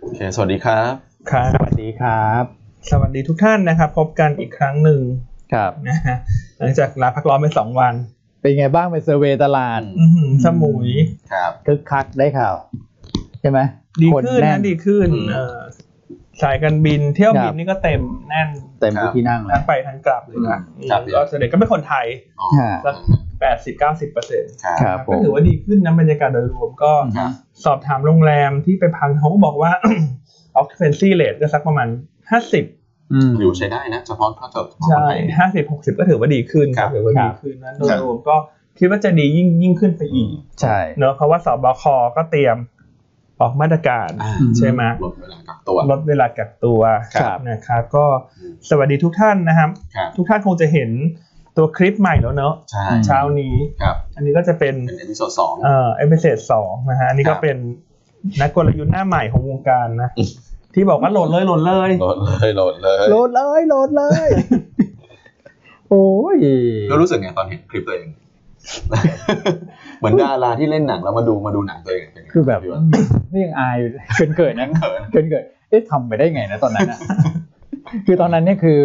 โอเค สวัสดีครับ ครับ สวัสดีครับ สวัสดีทุกท่านนะครับ พบกันอีกครั้งหนึ่ง ครับ นะฮะหลังจากลาพักร้อนไปสองวัน เป็นไงบ้างไปเซอร์เวย์ตลาด อื้อหือสมุย ครับ คึกคักได้ข่าว ใช่ไหม ดี ค ขึ้น แ นะดีขึ้น อืม เอ่อสายการบินเที่ยวบิ ครั น บ นี่ก็เต็มแน่น เต็มทุกที่นั่งแล้ ทั้ ว งไปทั้งกลับเลยนะ อืมครับ อืมก็ส่วนใหญ่ก็เป็นคนไทย อ๋อ ฮะ สัก 80-90%เก้าสิบเปอร์เซ็นต์ ครับ ครับผม ก็ถือว่าดีขึ้นนะบรรยากาศโดยรวมก็ อือฮะ สอบถามโรงแรมที่ไปพักเขาก็บอกว่า occupancy rate ก็สักประมาณ 50 อืม อยู่ใช้ได้นะ เฉพาะถ้าเกิดเฉพาะคน ใช่ ไทย ห้าสิบหกสิบก็ถือว่าดีขึ้น ครับ ถือว่า ครั ดี บ ขึ้นนั้นโดยรวมก็คิดว่าจะดียิ่งยิ่งขึ้นไปอีก ใช่ เนอะเพราะว่าสบคก็เตรียมออกมาตรการ อ่า ใช่ไหม ลดเวลากักตัว ลดเวลากักตัว ครับ นะครับก็สวัสดีทุกท่านนะครับ ครับ ทุกท่านคงจะเห็นตัวคลิปใหม่แล้วเนอะ ใช่ อืม เช้านี้ ครับ อันนี้ก็จะเป็น เป็นเอพิโซดสอง เอ่อเอพิเซดสองนะฮะอันนี้ ครั ก็ บ เป็นนักกลยุทธ์หน้าใหม่ของวงการนะที่บอกว่าโหลดเลยโหลดเลย โหลดเลยโหลดเลย โหลดเลยโหลดเลย โอ้ย แล้วรู้สึกไงตอนเห็นคลิปตัวเอง เหมือนดาราที่เล่นหนังแล้วมาดูมาดูหนังตัวเองเป็นไง คือแบบ พี่วัน นี่ยังอายอยู่ เกินเกินๆ นั้ นะ นเขิน เกินเกินๆเอ๊ะทำไปได้ไงนะตอนนั้น อะคือตอนนั้นเนี่ยคือ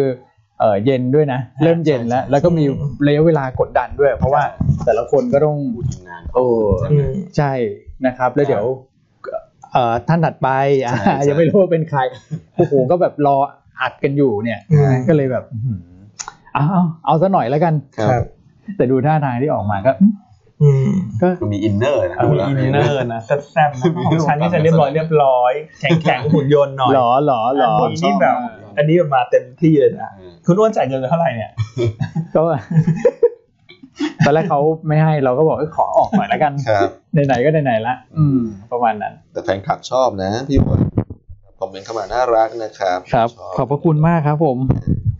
เออเย็นด้วยนะ เริ่มเย็นแล้ว ใช่ใช่ แล้วก็มีระยะเวลากดดันด้วย เพราะว่าแต่ละคนก็ต้อง ดูทีมงาน โอ้ อืม ใช่นะครับแล้วเดี๋ยวเอ่อท่านถัดไปอ่ะ ใช่ใช่ ยังไม่รู้ว่าเป็นใครโอ้โหก็แบบรออัดกันอยู่เนี่ย อืม ก็เลยแบบอื้อหือเอาเอาเอาซะหน่อยแล้วกัน ครับ แต่ดูท่าทางที่ออกมาก็อืม อืม ก็ คือมีอินเนอร์นะ เอ ดู อ แล้ว อินเนอร์นะแซ่บๆนะของฉันนี่จะเรียบร้อยเรียบร้อยแข็งแข็งหุ่นยนต์หน่อย หลอหลอหลอ อันนี้นี่แบบ อันนี้แบบมาเต็มที่เลยนะ อืม คุณอ้วนจ่ายเงินไปเท่าไหร่เนี่ย ก็ ตอนแรกเขาไม่ให้เราก็บอกเอ้ยขอออกหน่อยแล้วกัน ครับ ไหนๆก็ไหนๆละ อืม ประมาณนั้น แต่แฟนคลับชอบนะ พี่วันคอมเมนต์เข้ามาน่ารักนะครับ ครับ ชอบ ขอบพระคุณมากครับ ผม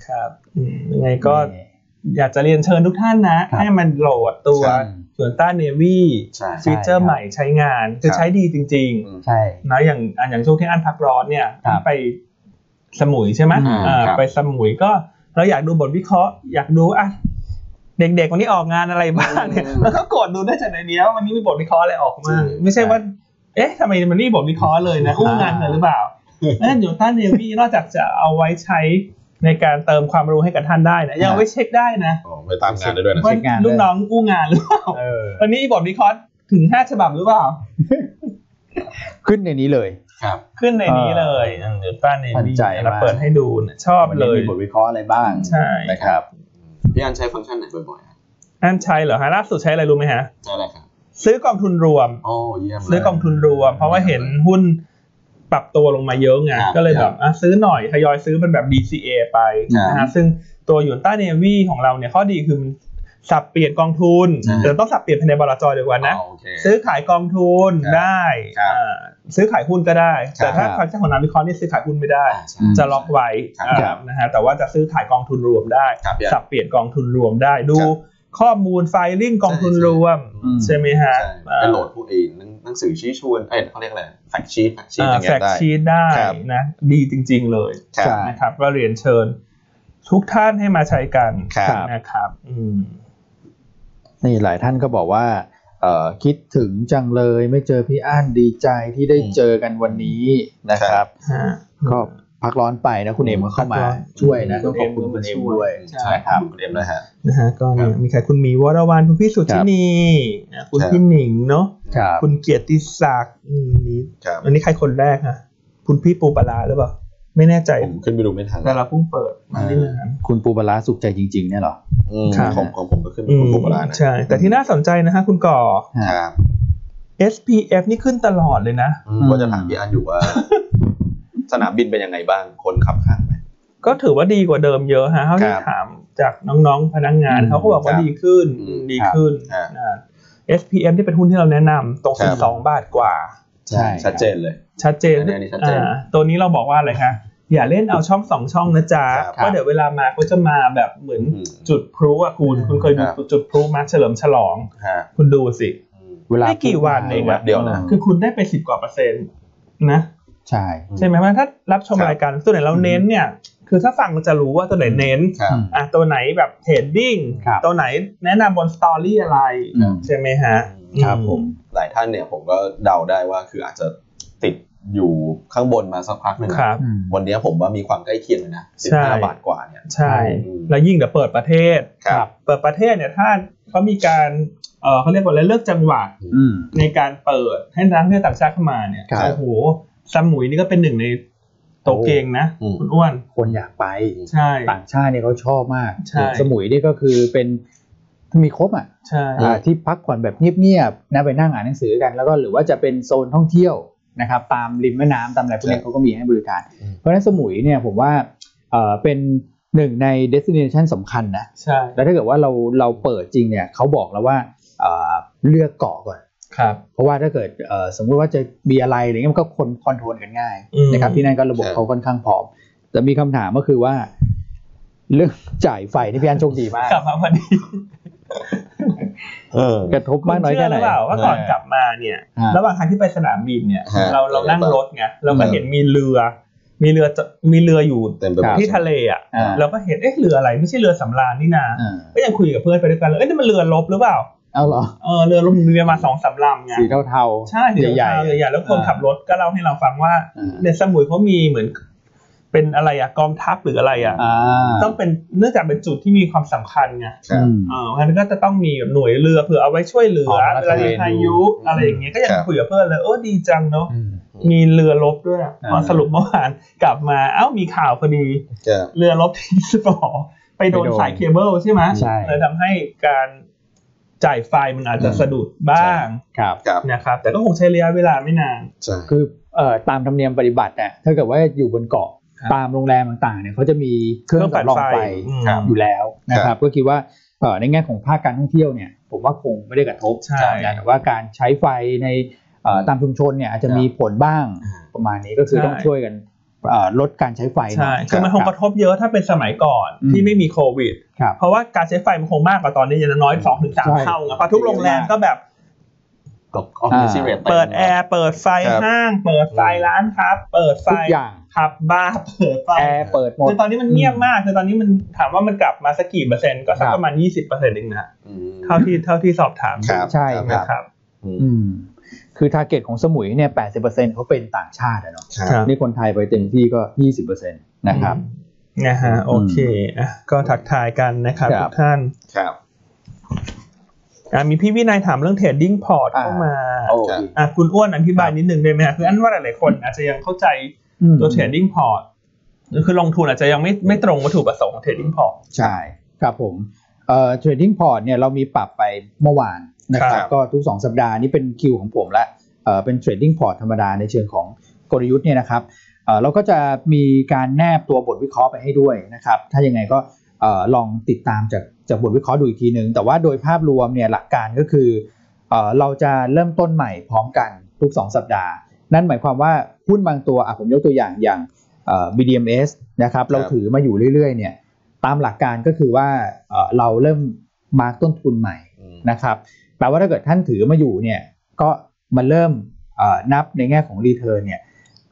ครับยังไงก็อยากจะเรียนเชิญทุกท่านนะ ให้มันโหลดตัว ใช่ ส่วนต้าเนวี่ ใช่ ฟีเจอร์ใหม่ใช้งาน คือใช้ดีจริง ใช่ ๆนะอย่างอ่ะอย่างช่วงที่อันพักร้อนเนี่ย ครับ ไปสมุยใช่ไหม อืม อ่า ครับ ไปสมุยก็เราอยากดูบทวิเคราะห์ อยากดูอ่ะเด็กๆวันนี้ออกงานอะไรบ้างเนี่ย อืม แล้วก็กดดูได้จากในเนี้ยวันนี้มีบทวิเคราะห์อะไรออกมาไม่ใช่ว่า เอ๊ะทำไมมันนี่บทวิเคราะห์เลยนะอู้งานเลยหรือเปล่าเนั่นอยู่ต้านเนวี่นอกจากจะเอาไว้ใช้ในการเติมความรู้ให้กับท่านได้นะยังเอาไว้เช็คได้นะ อ๋อไปตามงานได้ด้วยนะ เช็คงานได้ ลูกน้องอู้งานหรือเปล่า เออ วันนี้บทวิเคราะห์ถึงห้าฉบับหรือเปล่า ขึ้นในนี้เลย ครับ ขึ้นในนี้เลยเดี๋ยวต้านเน ทัน วี่ ใจมาก เราเปิดให้ดูนะชอบเลย วันนี้มีบทวิเคราะห์อะไรบ้าง ใช่ นะครับ พี่อันใช้ฟังก์ชันไหนบ่อยๆครับ อันใช้เหรอฮะล่าสุดใช้อะไรรู้ไหมฮะ ใช้อะไรครับ ซื้อกองทุนรวม โอ้เยี่ยมเลย ซื้อกองทุนรวม เพราะว่าเห็นหุ้นปรับตัวลงมาเยอะไง ครับ ก็เลยแบบอ่ะซื้อหน่อยทยอยซื้อเป็นแบบ DCA ไป ครับ นะฮะซึ่งตัวหยูนต้าเนวีของเราเนี่ยข้อดีคือมันสับเปลี่ยนกองทุน ใช่ แต่ต้องสับเปลี่ยนภายในบลจเดียวกันนะ อ๋อโอเค ซื้อขายกองทุน ครับ ได้ ครับ อ่าซื้อขายหุ้นก็ได้ แต่ถ้า ครับ ฟังก์ชันของนักวิเคราะห์นี่ซื้อขายหุ้นไม่ได้ าใช่ จะล็อกไว้อ่า ครับ นะฮะแต่ว่าจะซื้อขายกองทุนรวมได้ ครับ สับเปลี่ยนกองทุนรวมได้ดู ครับ ข้อมูลไฟลิ่งกองทุน ใช่ใช่ รวม อืม ใช่ไหมฮะ ใช่ อ่า ไปโหลดพวกเองหนังสือชี้ชวน เอ้ยเขาเรียกอะไรแฟกชีตชีต อ่า อย่าง แฟ เงี้ยกได้ ชีตได้ ครับ นะ ดีจริง ๆ เลย ครับ ใช่ นะครับก็เรียนเชิญ ทุกท่านให้มาใช้กัน ครับ นะครับ อืม นี่หลายท่านก็บอกว่าเอ่อคิดถึงจังเลยไม่เจอพี่อ้านดีใจที่ได้เจอกันวันนี้นะครับ ฮะ ก็พักร้อนไปนะคุณเอมก็เข้ามา พักร้อน ช่วยนะ คุ ก็ ณ ข เอ อบ ม คุณคุณเอมามช่วย ด้วย ใช่ ใช่ครับคุณเอ็มนะฮะ นะฮะก็เนี่ยมีใครคุณหมีวรวรรณคุณพี่สุทธินีอ่ะคุณ ครับ พี่หนิงเนาะ ครับ คุณเกียรติศักดิ์อืมนี่ ครับ อันนี้ใครคนแรกฮะคุณพี่ปูปลาร้าหรือเปล่า ไม่แน่ใจ ผมขึ้นไปดูไม่ทัน แต่เราเพิ่งเปิดมาไม่นาน คุณปูปลาร้าสุขใจจริง ๆ เนี่ยเหรอ อืม ครับ ของของผมก็ขึ้นไป อืม คุณโบราณนะ ใช่ แต่ที่น่าสนใจนะฮะคุณก่อ ครับ SPF นี่ขึ้นตลอดเลยนะ อืมว่าจะถามพี่อันอยู่ว่า สนามบินเป็นยังไงบ้างคนขับข้างไหม ก็ถือว่าดีกว่าเดิมเยอะฮะเท่าที่ ครับ ถามจากน้องๆพนักงาน อืม เขาก็บอกว่า ครับ ดีขึ้น อืม ดีขึ้น ครับ อ่า SPM ที่เป็นหุ้นที่เราแนะนำตรง ครับ สองบาทกว่า ใช่ ชัดเจนเลย ชัดเจน อันนี้อันนี้ชัดเจน อ่าตัวนี้เราบอกว่าอะไรคะอย่าเล่นเอาช่องสองช่องนะจ๊ะ ครับ เพราะเดี๋ยวเวลามาเขาจะมาแบบเหมือน อืม จุดพลุอ่ะคุณคุณเคยดู ครับ จุดพลุมาเฉลิมฉลอง ฮะ คุณดูสิ อืม เวลา ไม่กี่วันเองอะ เดี๋ยวนะ คือคุณได้ไปสิบกว่าเปอร์เซ็นต์นะ ใช่ อืม ใช่ไหมว่าถ้ารับชม ครับ รายการตัวไหนเราเน้นเนี่ย คือถ้าฟังมันจะรู้ว่าตัวไหนเน้น ครับ อ่ะตัวไหนแบบเทรดดิ้ง ครับ ตัวไหนแนะนำบนสตอรี่อะไร อืม ใช่ไหมฮะ ครับผม หลายท่านเนี่ยผมก็เดาได้ว่าคืออาจจะติดอยู่ ข้างบนมาสักพักหนึ่ง ครับ อืม วันนี้ผมว่ามีความใกล้เคียงเลยนะสิบ ใช่ ห้าบาทกว่าเนี่ย ใช่ และยิ่งเดี๋ยวเปิดประเทศ ครับ เปิดประเทศเนี่ยถ้าเขามีการเอ่อเขาเรียกว่าอะไรเลือกจังหวะ อืม ในการเปิดให้นักท่องเที่ยวต่างชาติเข้ามาเนี่ย ครับ โอ้โหสมุยนี่ก็เป็นหนึ่งในโตเกงนะ อืม คุณอ้วน คนอยากไป ใช่ ต่างชาติเนี่ยเขาชอบมาก ใช่ สมุยนี่ก็คือเป็นมีครบอ่ะ ใช่ อ่าที่พักผ่อนแบบเงียบๆนะไปนั่งอ่านหนังสือกัน แล้วก็หรือว่าจะเป็นโซนท่องเที่ยวนะครับ ตามริมแม่น้ำตามอะไรพวกนี้เขาก็มีให้บริการ อืม เพราะฉะนั้นสมุยเนี่ยผมว่าเอ่อเป็นหนึ่งใน destination สำคัญนะ ใช่ แล้วถ้าเกิดว่าเราเราเปิดจริงเนี่ยเขาบอกแล้วว่าเอ่อเลือกเกาะก่อน ครับ เพราะว่าถ้าเกิดเอ่อสมมุติว่าจะมีอะไรอะไรเงี้ยมันก็คนคอนโทรลกันง่าย อืม นะครับที่นั่นก็ระบบ ใช่ เขาค่อนข้างพร้อมแต่มีคำถามก็คือว่า เรื่องจ่ายไฟนี่พี่อันโชคดีมาก กลับมาพอดี เออ กระทบมากน้อย คุณ แค่ เชื่อ ไห ห น รือเปล่าว่าก่อนกลับมาเนี่ย ฮะ ระหว่างทางที่ไปสนามบินเนี่ย ฮะ เราเรานั่งรถไงเราก็ อืม เห็นมีเรือ มีเรือจะมีเรืออยู่ เต็มไปหมด ที่ทะเลอ่ะ อ่า เราก็เห็นเอ๊ะเรืออะไรไม่ใช่เรือสำราญนี่นา อ่า ก็ยังคุยกับเพื่อนไปด้วยกันเลย เอ้ยนี่มันเรือลบหรือเปล่า เอาเหรอ เออเรือลบมีประมาณสองสามลำไง สีเทาๆ ใช่ ใหญ่ ๆใหญ่ๆแล้วคนขับรถก็เล่าให้เราฟังว่าใน อ่า สมุยเขามีเหมือน เป็นอะไรอะกองทัพหรืออะไรอะ อ่า ต้องเป็นเนื่องจากเป็นจุดที่มีความสำคัญไง ครับ อืม เออเพราะฉะนั้นก็จะต้องมีหน่วยเรือเผื่อเอาไว้ช่วยเหลือ ออกลาด เวลามี ตระเวน พายุอะไรอย่างเงี้ยก็ยัง ครับ คุยกับเพื่อนเลยเออดีจังเนาะ อืม มีเรือลบด้วย อ่า พอสรุปเมื่อวานกลับมาเอ้ามีข่าวพอดี จะ เรือลบที่สปอร์ไปโดนสายเคเบิลใช่ไหม ใช่ เลยทำให้การจ่ายไฟมันอาจจะสะดุดบ้าง ครับ กลับ นะครับ แต่ก็คงใช้ระยะเวลาไม่นาน ใช่ คือเอ่อตามธรรมเนียมปฏิบัติเนี่ยถ้าเกิดว่าอยู่บนเกาะ ครับ ตามโรงแรมต่างๆเนี่ยเขาจะมีเครื่อง เครื่องปั่น สำรอง ไฟ ไฟ อืม อยู่แล้วนะครับก็คิดว่าเอ่อในแง่ของภาคการท่องเที่ยวเนี่ยผมว่าคงไม่ได้กระทบ ใช่ นะแต่ว่าการใช้ไฟในเอ่อตามชุมชนเนี่ยอาจจะมีผลบ้างประมาณนี้ก็คือ ใช่ ต้องช่วยกันเอ่อลดการใช้ไฟหน่ ใช่ อย คือมันคงกระทบเยอะถ้าเป็นสมัยก่อน อืม ที่ไม่มีโควิด ครับ เพราะว่าการใช้ไฟมันคงมากกว่าตอนนี้อย่างน้อยสองถึงสาม ใช่ เท่าไงเพราะทุกโรงแรมก็แบบ ก็ออฟฟิศเรท เปิดแอร์ เปิดไฟ ครับ ห้าง เปิดไฟร้านค้าเปิดไฟ ทุกอย่าง ผับบาร์เปิดไฟ แอร์เปิดหมด คือตอนนี้มันเงียบมากคือตอนนี้มันถามว่ามันกลับมาสักกี่เปอร์เซ็นต์ก็สัก ครับ ประมาณยี่สิบเปอร์เซ็นต์เองนะ อืม เท่าที่เท่าที่สอบถามดู ครับ ใช่ ครั นะ บ ครับ อืม อืมคือทาร์เก็ตของสมุยเนี่ย80%เขาเป็นต่างชาติอะเนาะ ครับ ครับ นี่คนไทยไปเต็มที่ก็ 20%นะครับ นะฮะโอเคอ่ะก็ทักทายกันนะครับ ครับ ทุกท่าน ครับ อ่ะมีพี่วินัยถามเรื่องเทรดดิ้งพอร์ต อ่า เข้ามา โอ ครั เค บ อ่ะคุณอ้วนอธิบายนิดนึงได้ไหมฮะคืออันว่าหลายๆคนอาจจะยังเข้าใจ อืม ตัวเทรดดิ้งพอร์ตคือลงทุนอาจจะยังไม่ไม่ตรงวัตถุประสงค์ของเทรดดิ้งพอร์ต ใช่ครับผมเอ่อเทรดดิ้งพอร์ตเนี่ยเรามีปรับไปเมื่อวานนะคครั รับบ ก็ทุก 2 สัปดาห์นี้เป็นคิวของผมละเอ่อเป็นเทรดดิ้งพอร์ตธรรมดาในเชิงของกลยุทธ์เนี่ยนะครับเอ่อเราก็จะมีการแนบตัวบทวิเคราะห์ไปให้ด้วยนะครับ ถ้ายังไงก็เอ่อลองติดตามจากจากบทวิเคราะห์ดูอีกทีหนึ่งแต่ว่าโดยภาพรวมเนี่ยหลักการก็คือเอ่อเราจะเริ่มต้นใหม่พร้อมกันทุก 2 สัปดาห์ นั่นหมายความว่าหุ้นบางตัวอ่ะผมยกตัวอย่างอย่างเอ่อ BDMs นะครับเรา ครับ ถือมาอยู่เรื่อยๆเนี่ย ตามหลักการก็คือว่าเอ่อเราเริ่มมาร์กต้นทุนใหม่ อืม นะครับแปลว่าถ้าเกิดท่านถือมาอยู่เนี่ยก็มาเริ่มเอ่อนับในแง่ของรีเทิร์นเนี่ย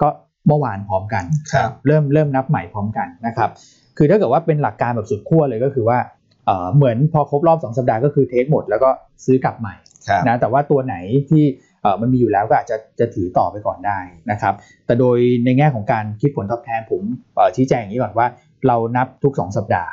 ก็เมื่อวานพร้อมกัน ครับ เริ่มเริ่มนับใหม่พร้อมกันนะครับคือถ้าเกิดว่าเป็นหลักการแบบสุดขั้วเลยก็คือว่าเอ่อเหมือนพอครบรอบ 2 สัปดาห์ก็คือเทคหมดแล้วก็ซื้อกลับใหม่ ครับ นะแต่ว่าตัวไหนที่เอ่อมันมีอยู่แล้วก็อาจจะจะถือต่อไปก่อนได้นะครับ แต่โดยในแง่ของการคิดผลตอบแทนผมเอ่อชี้แจงอย่างนี้ก่อนว่าเรานับทุก 2 สัปดาห์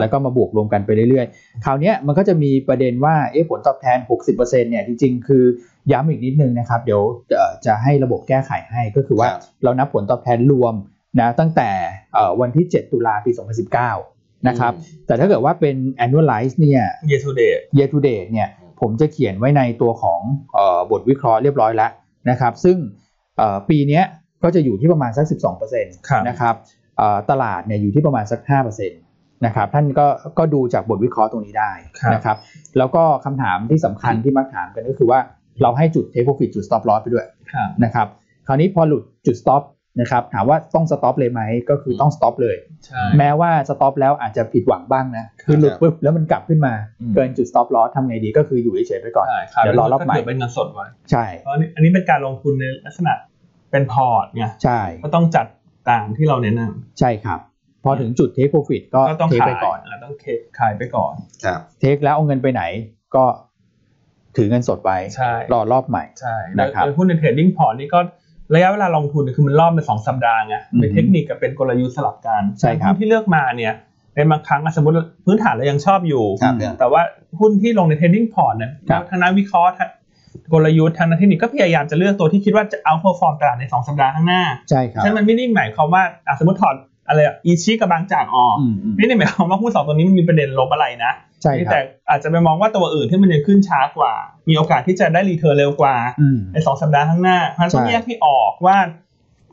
แล้วก็มาบวกรวมกันไปเรื่อยๆ คราวเนี้ยมันก็จะมีประเด็นว่าเอ๊ะผลตอบแทน 60%เนี่ยจริงๆ คือย้ำอีกนิดนึงนะครับ เดี๋ยวเอ่อจะให้ระบบแก้ไขให้ก็คือว่า ครับ เรานับผลตอบแทนรวมนะตั้งแต่เอ่อวันที่ 7 ตุลาปี 2019 นะครับแต่ถ้าเกิดว่าเป็น annualize เนี่ย เยสูเดย์ year to date เนี่ยผมจะเขียนไว้ในตัวของเออบทวิเคราะห์เรียบร้อยแล้วนะครับ ซึ่งเอ่อปีเนี้ยก็จะอยู่ที่ประมาณสัก 12% ครับ นะครับเอ่อตลาดเนี่ยอยู่ที่ประมาณสัก 5%นะครับท่านก็ก็ดูจากบทวิเคราะห์ตรงนี้ได้นะครับ แล้วก็คำถามที่สำคัญที่มักถามกันก็คือว่าเราให้จุด take profit จุด stop loss ไปด้วย ครับ นะครับ คราวนี้พอหลุดจุด stop นะครับถามว่าต้อง stop เลยไหมก็คือต้อง stop เลย ใช่ แม้ว่าสต็อปแล้วอาจจะผิดหวังบ้างนะ คือหลุดปุ๊บแล้วมันกลับขึ้นมา อืม เกินจุดสต็อปลอสทำไงดีก็คืออยู่เฉยๆไปก่อน ใช่ครับ เดี๋ยวรอรอบใหม่ ก็ถืเป็นเงินสดไว้ ใช่ เพราะอันนี้อันนี้เป็นการลงทุนในลักษณะเป็นพอร์ตไง ใช่ ก็ต้องจัดตามที่เราแนะนำ ใช่ครับ พอถึงจุดเทคโปรฟิตก็ ก็ต้อง เทค ขาย ไปก่อน ะต้องเทขายไปก่อน ครับ เทคแล้วเอาเงินไปไหนก็ถือเงินสดไว้ ใช่ รอรอบใหม่ ใช่ นะครับ โดยหุ้นในเทรดดิ้งพอร์ตนี่ก็ ระยะเวลาลงทุนเนี่ยคือมันรอบเป็นสองสัปดาห์ไง อือฮึ เป็นเทคนิคกับเป็นกลยุทธ์สลับกัน ใช่ครับ หุ้นที่เลือกมาเนี่ยในบางครั้งอ่ะสมมติพื้นฐานเรายังชอบอยู่ ครับเนี่ย แต่ว่าหุ้นที่ลงในเทรดดิ้งพอร์ตเนี่ย ครับ ทั้งนักวิเคราะห์ทั้งกลยุทธ์ทั้งนักเทคนิคก็พยายามจะเลือกตัวที่คิดว่าจะเอาพอฟอร์มตลาดในสองสัปดาห์ข้างหน้า ใช่ครับ ฉะนั้นมันไม่ได้หมายความว่าอ่ะสมมติถอดอะไรอ่ะอีชิกับบางจากออก อืมอืม ไม่ได้หมายความว่าหุ้นสองตัวนี้มันมีประเด็นลบอะไรนะ ใช่ครั แต่ บ อาจจะไปมองว่าตัวอื่นที่มันยังขึ้นช้ากว่า มีโอกาสที่จะได้รีเทิร์นเร็วกว่า อืม ในสองสัปดาห์ข้างหน้าเพราะฉะนั้นต้อง ใช่ แยกให้ออกว่า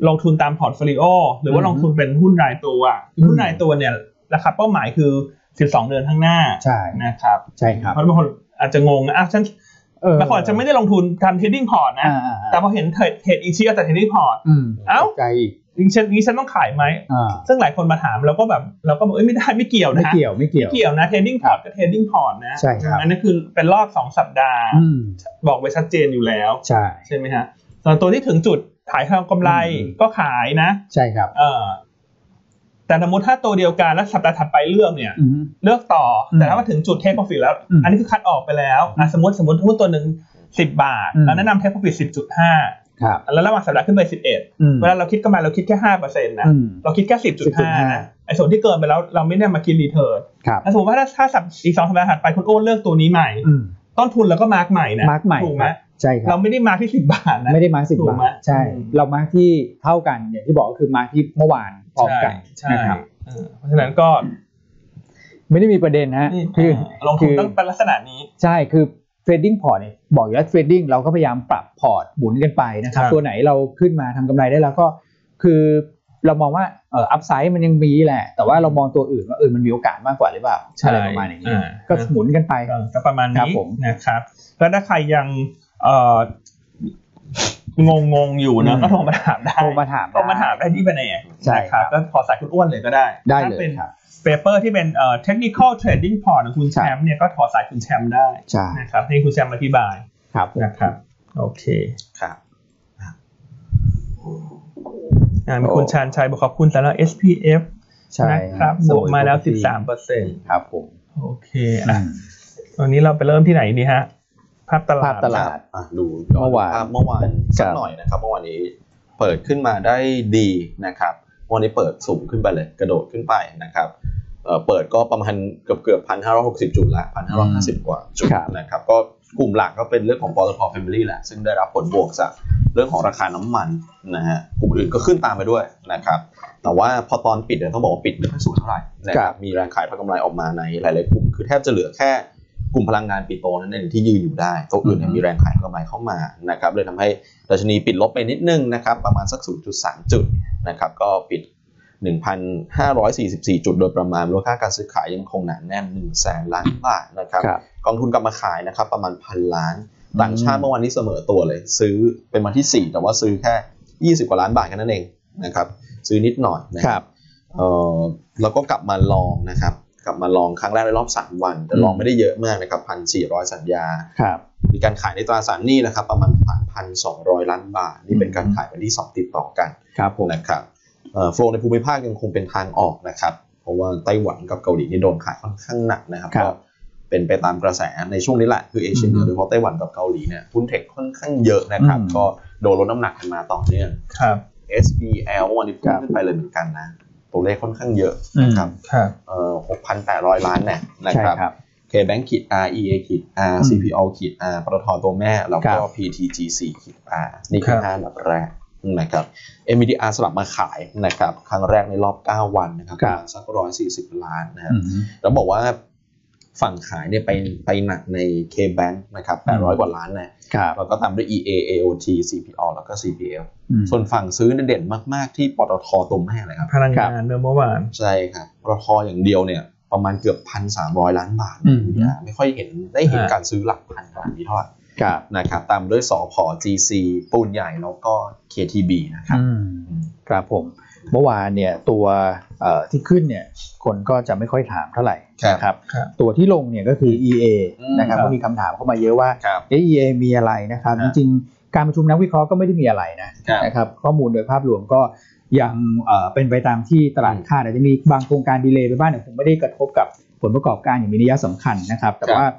ลงทุนตามพอร์ตโฟลิโอหรือว่า อืม ลงทุนเป็นหุ้นรายตัว อืม หุ้นรายตัวเนี่ยราคาเป้าหมายคือ 12 เดือนข้างหน้า ใช่ นะครับ ใช่ครับ เพราะบางคนอาจจะงงนะอ่ะฉัน เออบ างคนอาจจะไม่ได้ลงทุนทำเทรดดิ้งพอร์ตนะ อ่าอ่าอ่า แต่พอเห็นเทรดเทรดอีชีกับเทรดดิ้งพอร์ต อืม เอ้า ตกใจอีก นี้ฉันนี้ฉันต้องขายไหม อ่า ซึ่งหลายคนมาถามเราก็แบบเราก็บอกเอ้ยไม่ได้ไม่เกี่ยว ไม่ นะ เกี่ยวไม่เกี่ยว ไม่เกี่ยวนะเทรดดิ้งพอร์ตกับเทรดดิ้งพอร์ตนะ ใช่ครับ อันนั้นคือเป็นรอบสองสัปดาห์ อืม บอกไว้ชัดเจนอยู่แล้ว ใช่ ใช่ไหมฮะส่วนตัวที่ถึงจุดขายทำกำไร อืม ก็ขายนะ ใช่ครับ เออแต่สมมติถ้าตัวเดียวกันแล้วสัปดาห์ถัดไปเลือกเนี่ย อืม เลือกต่ออ ม แต่ถ้ามาถึงจุดเทคโปรฟิตแล้ว อืม อันนี้คือคัดออกไปแล้วอ่ะสมมติสมมติหุ้นตัวหนึ่งสิบบาท อืม เราแนะนำเทคโปรฟิตสิบจุดห้า ครับ แล้วระหว่างสัปดาห์ขึ้นไปสิบเอ็ด อืม เวลาเราคิดกำไรเราคิดแค่ห้าเปอร์เซ็นต์นะ อืม เราคิดแค่สิบจุดห้านะไอ้ส่วนที่เกินไปแล้วเราไม่ได้มาคิดรีเทิร์น ครับ แล้วสมมติว่าถ้าถ้าสัปอีกสองสัปดาห์ถัดไปคุณโอ้เลือกตัวนี้ใหม่ อืม ต้นทุนเราก็มาร์กใหม่นะ มาร์กใหม่ ถูกไหม ครับใช่ครั เรา บ ไม่ได้มาร์กที่สิบบาทนะ ไม่ได้มาร์กสิบ ถูก บาท ไหม ใช่ อืม เรามาร์กที่เท่ากันอย่างที่บอกก็คือมาร์กที่เมื่อวานพร้อมกัน ใช่ นะครับ เออเพราะฉะนั้นก็ ไม่ได้มีประเด็นนะฮะคือ ลงทุน คือ ต้องเป็นลักษณะนี้ ใช่ คือเทรดดิ้งพอร์ตเนี่ยบอกอยู่แล้วเทรดดิ้งเราก็พยายามปรับพอร์ตหมุนกันไปนะครับ ครับ ตัวไหนเราขึ้นมาทำกำไรได้แล้วก็คือเรามองว่าเอ่ออัพไซด์มันยังมีแหละ แต่ว่าเรามองตัวอื่นว่าเออมันมีโอกาสมากกว่าหรือเปล่า ใช่ อะไรประมาณอย่างนี้ อ่า ก็หมุนกันไป เออก็ประมาณ ครั นี้ บผม นะครับแล้วถ้าใครยังเอ่องงงงๆอยู่ อื นะ ม ก็โทรมาถามได้ โทรมาถาม โทรมาถามได้ที่เป็นเอก ใช่ นะค ครัรับบ ก็ขอสายคุณอ้วนเลยก็ได้ ได้ ถ้า เลย เป็น ครับ เปเปอร์ที่เป็นเอ่อ technical trading port ของคุณแชมป์เนี่ยก็ขอสายคุณแชมป์ได้ ใช่ นะครับให้คุณแชมป์อธิบาย ครับผม นะครับโอเค ครับ อ่ามีคุณชานชัยบอกขอบคุณสำหรับ SPF ใช่ นะครับบวกมาแล้ว 13เปอร์เซ็นต์ ครับผม โอเคอ่ะ อืม วันนี้เราไปเริ่มที่ไหนดีฮะ ภาพตลาด ภาพตลาคดรับอ่ะดูย้อน เมื่อวาน ภาพเมื่อวานสักครับ หน่อยนะครับเมื่อวานนี้เปิดขึ้นมาได้ดีนะครับเมื่อวันนี้เปิดสูงขึ้นไปเลยกระโดดขึ้นไปนะครับเอ่อเปิดก็ประมาณเกือบเกือบพันห้าร้อยหกสิบจุดละพันห้าร้อยห้าสิบกว่าจุด ครับ นะครับก็กลุ่มหลักก็เป็นเรื่องของปตทแฟมิลี่แหละ ซึ่งได้รับผลบวกจากเรื่องของราคาน้ำมันนะฮะกลุ่มอื่นก็ขึ้นตามไปด้วยนะครับ แต่ว่าพอตอนปิดเนี่ยต้องบอกว่าปิดไม่ค่อยสวยเท่าไหร่นะค ครั รับบ มีแรงขายพักกำไรออกมาในหลายๆกลุ่ม คือแทบจะเหลือแค่กลุ่มพลังงานปิโตรนั่นเองที่ยืนอยู่ได้ตัวอื่นเนี่ยมีแรงขายกำไรเข้ามานะครับเลยทำให้ดัชนีปิดลบไปนิดนึงนะครับประมาณสัก 0.3 จุดนะครับก็ปิด 1,544 จุดโดยประมาณมูลค่าการซื้อขายยังคงหนาแน่น1แสนล้านบาทนะครับ ครับ กองทุนกลับมาขายนะครับประมาณพันล้าน ต่างชาติ อืม เมื่อวันนี้เสมอตัวเลย ซื้อเป็นวันทีสี่4 แต่ว่าซื้อแค่ 20 กว่าล้านบาทแค่นั้นเองนะครับซื้อนิดหน่อยนะ ค ค รั รับ บ เออแล้วก็กลับมาลองนะครับ กลับมาลองครั้งแรกในรอบ 3 วัน แต่ลอง อืม ไม่ได้เยอะมากนะครับพันสี่ร้อยสัญญา ครับ มีการขายในตราสารหนี้นะครับ ประมาณสามพันสองร้อยล้านบาท นี่เป็นการขายวันที่ 2 ติดต่อกัน ครับผม นะครับโฟลในภูมิภาคยังคงเป็นทางออกนะครับ เพราะว่าไต้หวันกับเกาหลีนี่โดนขายค่อนข้างหนักนะครับ ครับ ก็เป็นไปตามกระแสในช่วงนี้แหละคือเอเชียเหนือ อืม โดยเฉพาะไต้หวันกับเกาหลีเนี่ยหุ้นเทคค่อนข้างเยอะนะครับ อืม ก็โดนลดน้ำหนักกันมาต่อเนื่อง ครับ SBL เมื่อวันนี้พุ่งขึ้นไปเลยเหมือนกันนะ ตัวเลขค่อนข้างเยอะนะครับ ครับ เอ่อ6,800 ล้านเนี่ยนะ ใช่ ครับ ครับ KBank ขีด R EA ขีด R อืม CPO ขีด R ปตทตัวแม่ แล้ว ครั ก็ บ PTGC ขีด R นี่คื ครั อบ ห้าอันดับแรกนะครับ MDR สลับมาขายนะครับ ครั้งแรกในรอบ 9 วันนะครับปครัระบมาณสัก140 ล้านนะฮะ อืม แล้วบอกว่าฝั่งขายเนี่ยไปไปหนักใน KBank นะครับ อืม 800 กว่าล้านนะครับ แล้วก็ตามด้วย EA AOT CPO แล้วก็ CPL อืม ส่วนฝั่งซื้อเนี่ยเด่นมากๆ ที่ปตทตัวแม่เลยครับ พลังงานเมื่อวาน ใช่ครับปตทอย่างเดียวเนี่ยประมาณเกือบพันสามร้อยล้านบาท อืม นะไม่ค่อยเห็นได้เห็น ฮะ การซื้อหลักพันขนาดนี้เท่าไหร่ ครับ นะครับตามด้วยสอพอ GC ปูนใหญ่แล้วก็ KTB นะครับ อืม ครับผมเมื่อวานเนี่ยตัวเอ่อที่ขึ้นเนี่ยคนก็จะไม่ค่อยถามเท่าไหร่นะครับ ครับ ตัวที่ลงเนี่ยก็คือ EA นะครับ อืมครับ ก็มีคำถามเข้ามาเยอะว่า ครับ เอ๊ะ EA มีอะไรนะครับ ค จ รับ ริงๆ การประชุมนักวิเคราะห์ก็ไม่ได้มีอะไรนะครับ นะครับข้อมูลโดยภาพรวมก็ยังเอ่อเป็นไปตามที่ตลาด อืม คาดอาจจะมีบางโครงการดีเลย์ไปบ้างแต่คงไม่ได้กระทบกับผลประกอบการอย่างมีนัยสำคัญนะครับ แต่ ครับ ว่า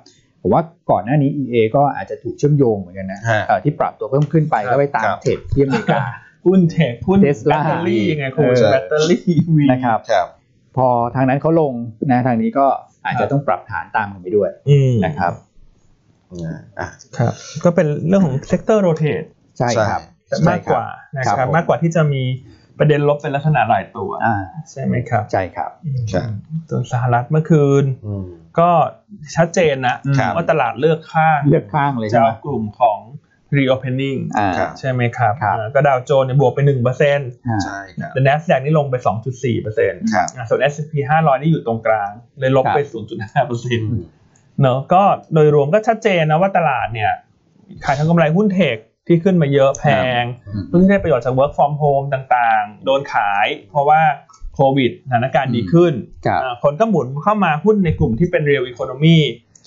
ผมว่าก่อนหน้านี้ EA ก็อาจจะถูกเชื่อมโยงเหมือนกันนะ ฮะ เอ่อที่ปรับตัวเพิ่มขึ้นไป ครับ ก็ไปตาม ครับ เทรดที่อเมริกา หุ้นเทคหุ้น Tesla แบตเตอรี่ไงคุณ เออ แบตเตอรี่วี นะครับ ครับ พอทางนั้นเขาลงนะทางนี้ก็อาจจะต้องปรับฐานตามกันไปด้วย อืม นะครับ อ่ะ ครับ ก็เป็นเรื่องของเซกเตอร์โรเตท ใช่ครับ มากกว่านะค ครั รั บบ ผม มากกว่าที่จะมีประเด็นลบเป็นลักษณะรายตัว อ่า ใช่ไหมครับ ใช่ครับ ครับ ตัวสหรัฐเมื่อคืน อืม ก็ชัดเจนนะครับ ว่าตลาดเลือกข้าง เลือกข้างเลย จะ ใช่ไหม เอากลุ่มของ reopening อ่า ครับ ใช่ไหมครับ ครับ อ่าก็ดาวโจนส์เนี่ยบวกไป 1% อ่า ใช่ครับ แต่ NASDAQ นี่ลงไป 2.4% ครับ อ่าส่วน S&P 500 นี่อยู่ตรงกลาง เลยลบไป ครับ 0.5%เนอะก็โดยรวมก็ชัดเจนนะว่าตลาดเนี่ยขายทางกำไรหุ้นเทคที่ขึ้นมาเยอะแพง อืม ผู้ที่ได้ประโยชน์จาก work from home ต่างๆ โดนขายเพราะว่าโควิดสถานการณ์ดีขึ้น ครับ อ่าคนก็หมุนเข้ามาหุ้นในกลุ่มที่เป็น real economy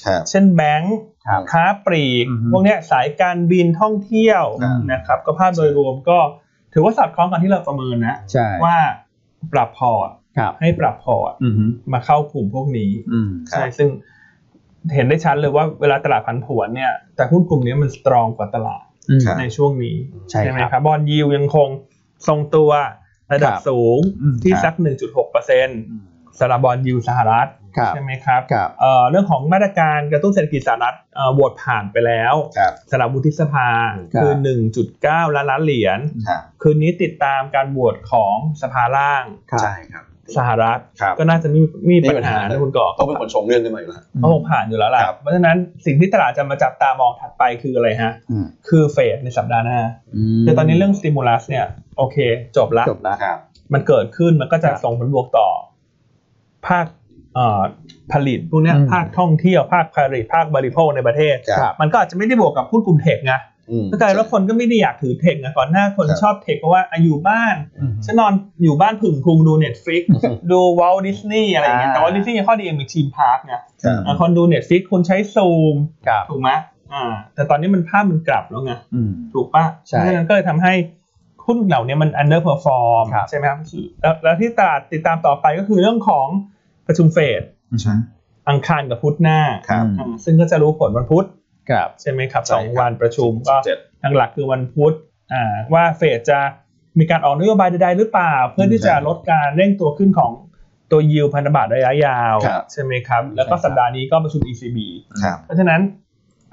ครับ เช่นแบงก์ ครับ ค้าปลีก อือฮึ พวกเนี้ยสายการบินท่องเที่ยว ครับ นะครับก็ภาพโดยรวมก็ถือว่าสอดคล้องกันที่เราประเมินนะ ใช่ ว่าปรับพอร์ต ครับ ให้ปรับพอร์ต อืม มาเข้ากลุ่มพวกนี้ อืม ครับ ใช่ซึ่งเห็นได้ชัดเลยว่าเวลาตลาดผันผวนเนี่ย แต่หุ้นกลุ่มนี้มันสตรองกว่าตลาด อืม ครับ ในช่วงนี้ ใช่ ใช่ไหม ค ค รั รับ บ บอลยิวยังคงทรงตัวระดับ ครับ สูง อืม ที่ ครับ สัก 1.6เปอร์เซ็นต์สำหรับบอลยิวสหรัฐ ครับ ใช่ไหมครับ ครับ เอ่อเรื่องของมาตรการกระตุ้นเศรษฐกิจสหรัฐเอ่อโหวตผ่านไปแล้ว ครับ สำหรับวุฒิสภา ครับ คือ 1.9 ล้านล้านเหรียญ ครับ คืนนี้ติดตามการโหวตของสภาล่าง ครับ ใช่ครับ สหรัฐ ครับ ก็น่าจะไมมีมี ไม่มี ปัญ ปัญหา หานะคุณก่อ ต้องเป็นคนชงเรื่องขึ้นมาอยู่แล้ว เขาคงผ่านอยู่แล้วล่ะ ครับ เพราะฉะนั้นสิ่งที่ตลาดจะมาจับตามองถัดไปคืออะไรฮะ อืม คือเฟดในสัปดาห์หน้า ม คือตอนนี้เรื่องสติมูลัสเนี่ยโอเค จบละ จบแล้ว ครับ มันเกิดขึ้นมันก็จะ ครับ ส่งผลบวกต่อ ภาคเอ่อผลิตพวกเนี้ย อืม ภาคท่องเที่ยวภาคผลิตภาคบริโภคในประเทศ ครับ มันก็อาจจะไม่ได้บวกกับหุ้นกลุ่มเทคไง อืม ก็กลายเป็นว่าคนก็ไม่ได้อยากถือเทคไงก่อนหน้าคน ครับ ชอบเทคเพราะว่าอ่ะอยู่บ้าน อืม ฉันนอนอยู่บ้านผึ่งพุงดู Netflix ดูวอลดิสนีย์อะไรอย่างเงี้ย อ่า แต่วอลดิสนีย์ข้อดีมีทีมพาร์คไง ครับ อ่ะคนดู Netflix คนใช้ซูม ครับ ถูกไหมอ่า แต่ตอนนี้มันภาพมันกลับแล้วไง อืม ถูกปะ ใช่ เพราะฉะนั้นก็เลยทำให้หุ้นเหล่านี้มัน underperform ครับ ใช่ไหมครับแล้วแล้วที่ตลาดติดตามต่อไปก็คือเรื่องของประชุมเฟด ใช่ อังคารกับพุธหน้า ครับ อืมซึ่งก็จะรู้ผลวันพุธ ครับ ใช่ไหมครับ ใช่ สอง ครับ วันประชุมก็ เจ็ด หลักๆคือวันพุธอ่าว่าเฟดจะมีการออกนโยบายใดๆหรือเปล่า เพื่อที่จะ ใช่ ลดการเร่งตัวขึ้นของตัวยิวพันธบัตรระยะยาว ครับ ใช่ไหมครับแล้วก็ ใช่ครับ สัปดาห์นี้ก็ประชุม ECB ครับ เพราะฉะนั้น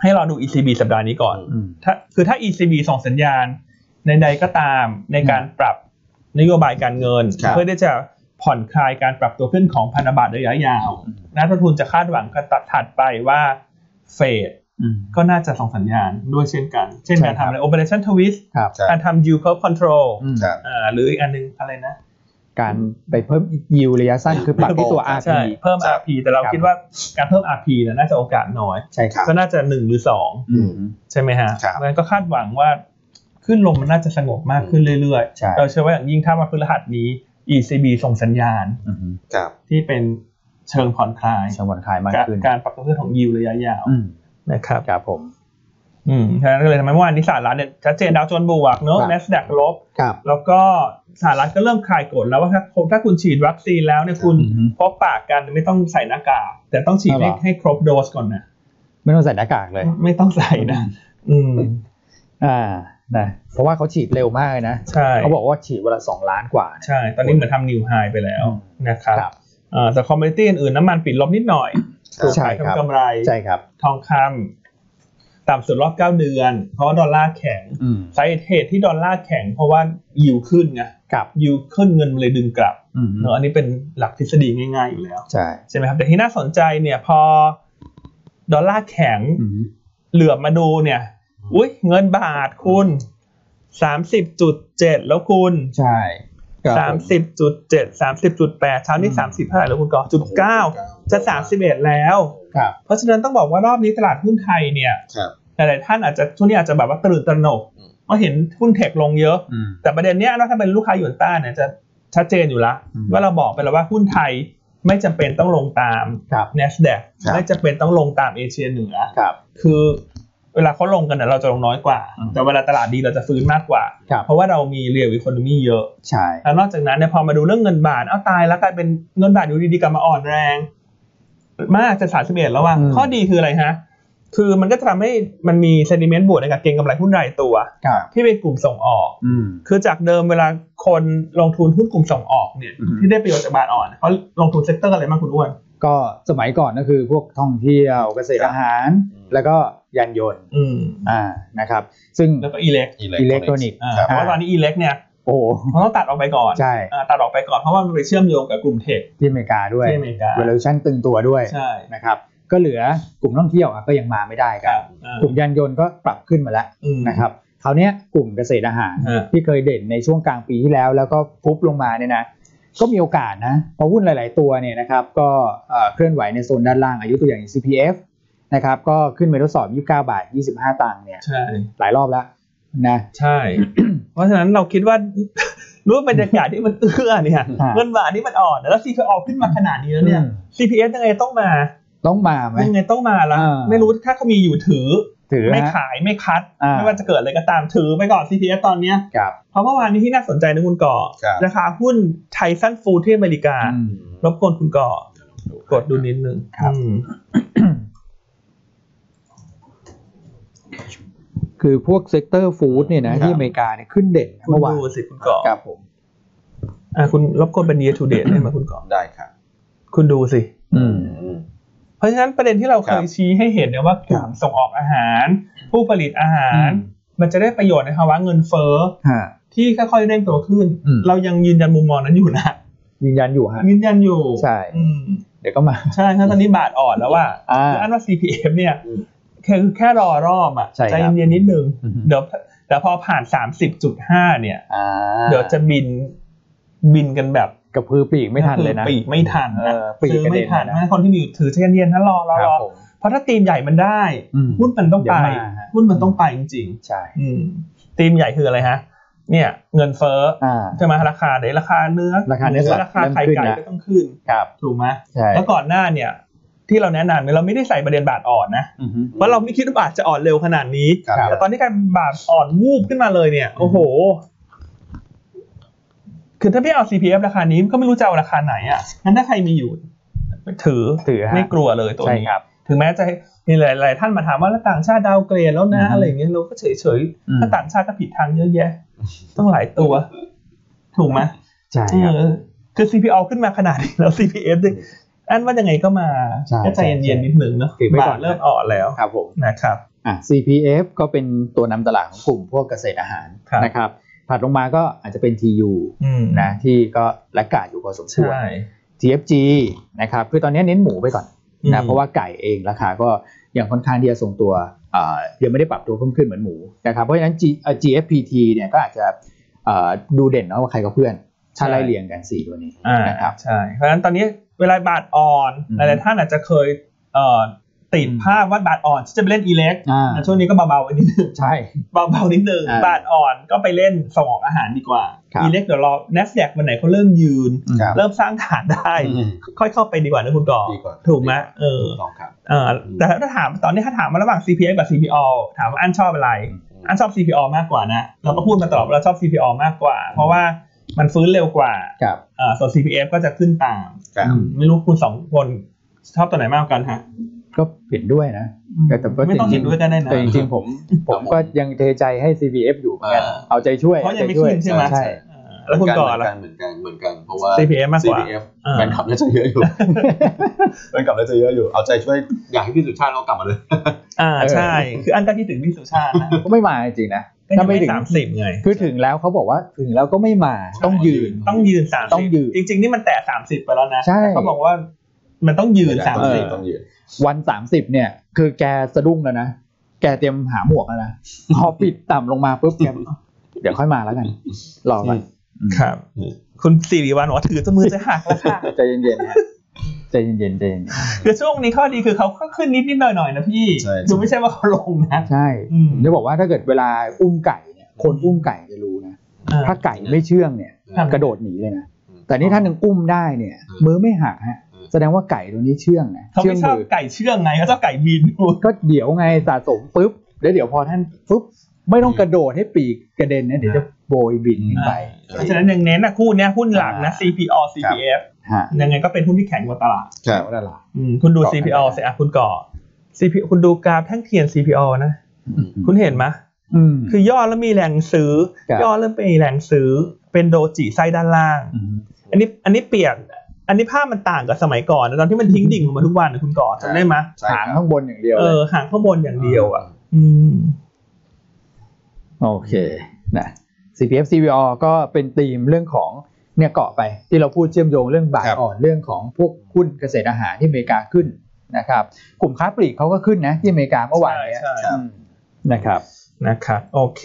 ให้รอดู ECB สัปดาห์นี้ก่อน อืม ถ้าคือถ้า ECB ส่งสัญญาณใดๆก็ตามในการปรับนโยบายการเงิน ครับ เพื่อที่จะผ่อนคลายการปรับตัวขึ้นของพันธบัตรระยะยาว อืม นักลงทุนจะคาดหวังกันตัดถัดไปว่าเฟด อืม ก็น่าจะส่งสัญญาณด้วยเช่นกัน เช่นการ ใช่ครัทำบอะไร operation twist ครับ ใช่ การทำ yield curve control อืม ครับ อ่าหรืออีกอันหนึงอะไรนะ การไปเพิ่มยิวระยะสั้นคือปรับที่ตัว RP ใช่เพิ่ม ครับ RP แต่เราคิดว่าการเพิ่ม RP เนยน่าจะโอกาสน้อย ใช่ครับ ก็น่าจะหนึ่งหรือสอง อืม ใช่ไหมฮะ ครับ เพาะฉะนั้นก็คาดหวังว่าขึ้นลมมันน่าจะสงบมากขึ้นเรื่อย ใช่ ๆ เราเชื่อว่าอย่างยิ่งถ้าวันพฤหัสนี้ ECB ส่งสัญญาณ อืม ครับ ที่เป็นเชิงผ่อนคลาย จังหวะขายมาก การ ขึ้น การปรับตัวขึ้นของยิวระยะยาว อืม นะครับ ครับผม อืมฉะนั้นก็เลยทำให้เมื่อวานนี้สหรัฐเนี่ยชัดเจนดาวโจนส์บวกเนอะ ครับ NASDAQ ลบ ครับ แล้วก็สหรัฐก็เริ่มคลายกฎแล้วว่าถ้าถ้าคุณฉีดวัคซีนแล้วเนี่ยคุณ อือฮึ พบปากกันไม่ต้องใส่หน้ากากแต่ต้องฉีดให้ เอาเหรอ ให้ครบโดสก่อนนะ ไม่ต้องใส่หน้ากากเลย ไม่ต้องใส่นะอืม อ่านะเพราะว่าเขาฉีดเร็วมากเลยนะ ใช่ เขาบอกว่าฉีดวันละสองล้านกว่านะ ใช่ ตอนนี้เหมือนทำนิวไฮไปแล้วนะครับ ครับ เอ่อแต่คอมมูนิตี้อื่นๆน้ำมันปิดลบนิดหน่อย ครับ ถูก ใช่ ขาย ครับ ทำกำไร ใช่ครับ ทองคำต่ำสุดรอบ 9 เดือน เพราะว่าดอลลาร์แข็ง อืม สาเหตุที่ดอลลาร์แข็งเพราะว่ายิวขึ้นไง ครับ ยิวขึ้นเงินมันเลยดึงกลับ อืม เนอะอันนี้เป็นหลักทฤษฎีง่ายๆอยู่แล้ว ใช่ ใช่ไหมครับแต่ที่น่าสนใจเนี่ยพอดอลลาร์แข็ง อืม เหลือบมาดูเนี่ย อุ้ยเงินบาทคุณ 30.7 แล้วคุณ ใช่ครับผ 30.7 30.8เช้านี้ อืม 30เท่าไหร่แล้วคุณก็จุดเก้า จะ31 แล้ว ครับ เพราะฉะนั้นต้องบอกว่ารอบนี้ตลาดหุ้นไทยเนี่ย ครับ หลายๆท่านอาจจะช่วงนี้อาจจะแบบว่าตื่นตระหนก อืม ว่าเห็นหุ้นเทคลงเยอะ อืม แต่ประเด็นเนี้ยเนอะถ้าเป็นลูกค้าหยวนต้าเนี่ยจะชัดเจนอยู่ละ อืม ว่าเราบอกไปแล้วว่าหุ้นไทยไม่จำเป็นต้องลงตาม ครับ n a s d a q ครับ ไม่จำเป็นต้องลงตามเอเชียเหนือ ครับ คือเวลาเขาลงกันเนี่ยเราจะลงน้อยกว่า อืม แต่เวลาตลาดดีเราจะฟื้นมากกว่า ครับ เพราะว่าเรามีเรียลอีโคโนมีเยอะ ใช่ แล้วนอกจากนั้นเนี่ยพอมาดูเรื่องเงินบาท เอาตายแล้วกลายเป็นเงินบาทอยู่ดีๆกลับมาอ่อนแรง มากจะสาสิบเอ็ดแล้วว่าข้อดีคืออะไรฮะ คือมันก็จะทำให้มันมี sentiment บวกในการเก็งกำไรหุ้นรายตัว ครับ ที่เป็นกลุ่มส่งออก อืม คือจากเดิมเวลาคนลงทุนหุ้นกลุ่มส่งออกเนี่ย อือฮึ ที่ได้ประโยชน์จากบาทอ่อนเขาลงทุนเซกเตอร์อะไรบ้างคุณอ้วน ก็สมัยก่อนก็คือพวกท่องเที่ยวเกษตรอาหาร อืม แล้วก็ยานยนต์ อืม อ่านะครับ ซึ่ง แล้วก็อิเล็ก อิเล็กทรอนิกส์ อ่าเพราะว่าตอนนี้อิเล็กเนี่ย โอ้โห เขาต้องตัดออกไปก่อน ใช่ อ่าตัดออกไปก่อนเพราะว่ามันไปเชื่อมโยงกับกลุ่มเทค ที่อเมริกาด้วย ที่อเมริกา valuation ตึงตัวด้วย ใช่ นะครับก็เหลือกลุ่มท่องเที่ยวอ่ะก็ยังมาไม่ได้ ค กั รั น บอ่าก ลุ่มยานยนต์ก็ปรับขึ้นมาแล้ว อืม นะครับคราวเนี้ยกลุ่มเกษตรอาหาร ฮะ ที่เคยเด่นในช่วงกลางปีที่แล้ว แล้วก็ฟุบลงมาเนี่ยนะก็มีโอกาสนะเพราะหุ้นหลาย ๆ ตัวเนี่ยนะครับก็เอ่อเคลื่อนไหวในโซนด้านล่างอายุตัวอย่าง CPF นะครับก็ขึ้นไปทดสอบ 29 บาท 25 ตังค์เนี่ย ใช่ หลายรอบแล้วนะ ใช่ เพราะฉะนั้นเราคิดว่า รู้บรรยากาศที่มันเอื้อเนี่ย ฮะ เงินบาทที่มันอ่อนแล้ว CPO ออกขึ้นมาขนาดนี้แล้วเนี่ย อืม CPS ยังไงต้องมา ต้องมาไหม ยังไงต้องมาละ อ่า ไม่รู้ถ้าเขามีอยู่ถือ ถือ ไม่ ฮะ ขายไม่คัด อ่า ไม่ว่าจะเกิดอะไรก็ตามถือไปก่อน CPS ตอนเนี้ย ครับ เพราะเมื่อวานนี้ที่น่าสนใจนะคุณก่อ ครับ ราคาหุ้นไทสันฟูดที่อเมริกา อืม รบกวนคุณก่อกดดูนิดนึง ครับ อืม คือพวกเซกเตอร์ฟู้ดเนี่ยนะที่อเมริกาเนี่ยขึ้นเด่น คุณ เมื่อวาน ดูสิคุณก่อ ครับผม อ่ะคุณรบกวนเป็น year to date ได้ไหมคุณก่อ ได้ครับ คุณดูสิ อืม อืม เพราะฉะนั้นประเด็นที่เราเค ครั ย บ ชี้ให้เห็นเนี่ยว่ากลุ่มส่งออกอาหาร ผู้ผลิตอาหาร อืม มันจะได้ประโยชน์ในภาวะเงินเฟ้อ ฮะ ที่ค่อยๆเร่งตัวขึ้น อืม เรายังยืนยันมุมมองนั้นอยู่นะ ยืนยัน อยู่ฮะ ยืนยันอยู่ ใช่ อืม เดี๋ยวก็มา ใช่ครับตอนนี้บาทอ่อนแล้วว่า อ่า คืออันว่า CPF เนี่ย อืม คือแค่รอรอบอ่ะ ใช่ครับ ใจเย็นๆนิดนึง อือฮึ เดี๋ยวแต่พอผ่าน 30.5 เนี่ย อ่า เดี๋ยวจะบินบินกันแบบ กระพือปีกไม่ทันเลยนะ ปีกไม่ทัน เอ นะ อปีก ซื้อก ระ ไม่ เด็น ทัน นะ นะคนที่มีอยู่ถือใจเย็นๆนะรอรอ ค ร รัอบผม เพราะถ้าทีมใหญ่มันได้ อืม หุ้นมันต้อง เดี๋ ไป ยวมาฮะ หุ้นมันต้องไปจริง ใช่ ๆอืมทีมใหญ่คืออะไรฮะ เนี่ย เงินเฟ้อ อ่า ใช่ไหมราคาไหนราคาเนื้อ ราคาเนื้อสัตว์ ราคาไข่ไก่ เริ่มขึ้นนะ ก็ต้องขึ้น ครับ ถูกไหม ใช่ แล้วก่อนหน้าเนี่ย ที่เราแนะนำเนี่ยเราไม่ได้ใส่ประเด็นบาทอ่อนนะ อือฮึ เพราะเราไม่คิดว่าบาทจะอ่อนเร็วขนาดนี้ ครับ แต่ตอนนี้การบาทอ่อนวูบขึ้นมาเลยเนี่ย โอ้โห คือถ้าไม่เอา CPF ราคานี้ก็ไม่รู้จะเอาราคาไหนอ่ะงั้นถ้าใครมีอยู่ ถือ ถือฮะ ไม่กลัวเลยตัว ใช่ นี้ ครับ ถึงแม้จะมีหลาย ๆ ท่านมาถามว่าแล้วต่างชาติดาวเกรดแล้วนะ อือฮึ อะไรอย่างเงี้ยเราก็เฉย อืๆมถ้าต่างชาติก็ผิดทางเยอะแยะ ต้องหลายตัว ถูกไหม ใช่ เอ ครับ อคือ CPO ขึ้นมาขนาดนี้แล้ว CPF ดิอันว่ายังไงก็มา ใช่ ก็ใจเย็นๆนิดหนึ่งเนาะ ถือไว้ บา ก่อ ท น เริ่มอ่อนแล้ว ครับผม นะครับ อ่ะ CPF ก็เป็นตัวนำตลาดของกลุ่มพวกเกษตรอาหาร ครับ นะครับถัดลงมาก็อาจจะเป็น TU อืม นะที่ก็และกาดอยู่พอสมควร ใช่ TFG นะครับคือตอนนี้เน้นหมูไปก่อน นะเพราะว่าไก่เองราคาก็ยังค่อนข้างที่จะทรงตัวอ่ายังไม่ได้ปรับตัวเพิ่มขึ้นเหมือนหมูนะครับเพราะฉะนั้น G เอ่อ GFPT เนี่ยก็อาจจะเอ่อดูเด่นเนาะว่าใครกับเพื่อนถ้าไล่เรียงกัน 4 ตัวนี้ อ่า นะครับ ใช่เพราะฉะนั้นตอนนี้เวลาบาทอ่อน อืม หลายๆท่านอาจจะเคยเอ่อติดภาพว่าบาทอ่อนฉันจะไปเล่นอีเล็ก อ่า แต่ช่วงนี้ก็เบาๆไว้นิดนึง ใช่ เบาๆนิดนึง อ่า บาทอ่อนก็ไปเล่นส่งออกอาหารดีกว่า ครับ อีเล็กเดี๋ยวรอ n a s d a q วันไหนเขาเริ่มยืน ครับ เริ่มสร้างฐานได้ อืม ค่อยเข้าไปดีกว่านะคุณก่อ ดีกว่า ถูกไหม ดีกว่า เออ ถูกต้องครับ เออแต่ถ้าถามตอนนี้ถ้าถามมาระหว่าง CPI กับ CPO ถามว่าอันชอบอะไร อันชอบ CPO มากกว่านะ เราก็พูดมาตลอดว่าเราชอบ CPO มากกว่า เพราะว่ามันฟื้นเร็วกว่า ครับ เอ่อส่วน CPF ก็จะขึ้นตาม ครับ ไม่รู้คุณสองคนชอบตัวไหนมากกว่ากันฮะ ก็เห็นด้วยนะ แต่แต่ว่า ไม่ต้อง จริงๆ เห็นด้วยกันได้นะ แต่จริงๆ ผมผมก็ยังเทใจให้ CPF อยู่เหมือนกัน อ่า เอาใจช่วย เพราะยังไม่ อใจว ขึ้นใช่ไหม ใช่ เออแล้วคุณก่อ เหมือ ล่ะ นกันเหมือนกันเหมือนกันเพราะว่า CPF มากกว่า CPF อ่า แฟนคลับน่าจะเยอะอยู่ แฟนคลับน่าจะเยอะอยู่ เอาใจช่วยอยากให้พี่สุชาติเขากลับมาเลย อ่าใช่ คืออันก็คิดถึงพี่สุชาติ นะ ก็ไม่มาจริงๆนะ ก็ยังไม่สามสิบไง คือถึงแล้วเขาบอกว่าถึงแล้วก็ไม่มาต้องยืน ต้องยืนสาม ต้องยืน จริง ๆ นี่มันแตะสามสิบไปแล้วนะ ใช่ แต่เขาบอกว่ามันต้องยืนสาม ต้อง สิ ยื บ นต้องยืน วันสามสิบเนี่ย คือแกสะดุ้งแล้วนะ แกเตรียมหาหมวกแล้วนะ พอปิดต่ำลงมาปุ๊บแกเดี๋ยวค่อยมาแล้วกัน รอก่อน ครับ อืม คุณสิริวัลบอกว่าถือจนมือจะหักแล้วค่ะ ใจเย็นๆนะ ใจเย็นๆใจเย็น คือ ช่วงนี้ข้อดีคือเขาก็ขึ้นนิดนิดๆหน่อยหน่อยๆนะพี่ ใช่ คือไม่ใช่ว่าเขาลงนะ ๆใช่ อืม ผมจะบอกว่าถ้าเกิดเวลาอุ้มไก่เนี่ยคนอุ้มไก่จะรู้นะ อ่า ถ้าไก่ไม่เชื่องเนี่ย ครับ กระโดดหนีเลยนะ แต่นี่ท่านยังอุ้มได้เนี่ย มือไม่หักฮะ แสดงว่าไก่ตัวนี้เชื่องนะ เขา เชื่ ไม่ อง ชอบ มือ ไก่เชื่องไงเขาชอบไก่บิน ก็เดี๋ยวไงสะสมปุ๊บแล้วเดี๋ยวพอท่านปุ๊บไม่ต้องกระโดดให้ปีกกระเด็นนะเดี๋ยวจะโบยบินขึ้นไป เพราะฉะนั้นยังเน้นนะคู่เนี้ยหุ้นหลักนะ CPO CPF ฮะ ยังไงก็เป็นหุ้นที่แข็งกว่าตลาด ครับ แล้วล่ะ อืมคุณดู เกาะ CPO กันได้ สิอ่ะคุณก่อ CPO คุณดูกราฟแท่งเทียน CPO นะ คุณเห็นไหม อืม คือย่อแล้วมีแรงซื้อ ครับ ย่อแล้วมีแรงซื้อ เป็นโดจิไส้ด้านล่าง ม อันนี้อันนี้เปลี่ยน อันนี้ภาพมันต่างกับสมัยก่อนนะตอนที่มันทิ้งดิ่งลงมาทุกวันนะคุณก่อจำได้ไหม ใช่ หาง ครับ ข้างบนอย่างเดียว เอ เลย อหางข้างบนอย่างเดียวอ่ะ อืม โอเคนะ CPF CVO ก็เป็นธีมเรื่องของเนี่ยเกาะไป ที่เราพูดเชื่อมโยงเรื่องบาทอ่อนเรื่องของพวกหุ้นเกษตรอาหารที่อเมริกาขึ้นนะครับ กลุ่มค้าปลีกเขาก็ขึ้นนะที่อเมริกาเมื่อวานเนี้ย ใช่ใช่ อืมนะครับ นะครับโอเค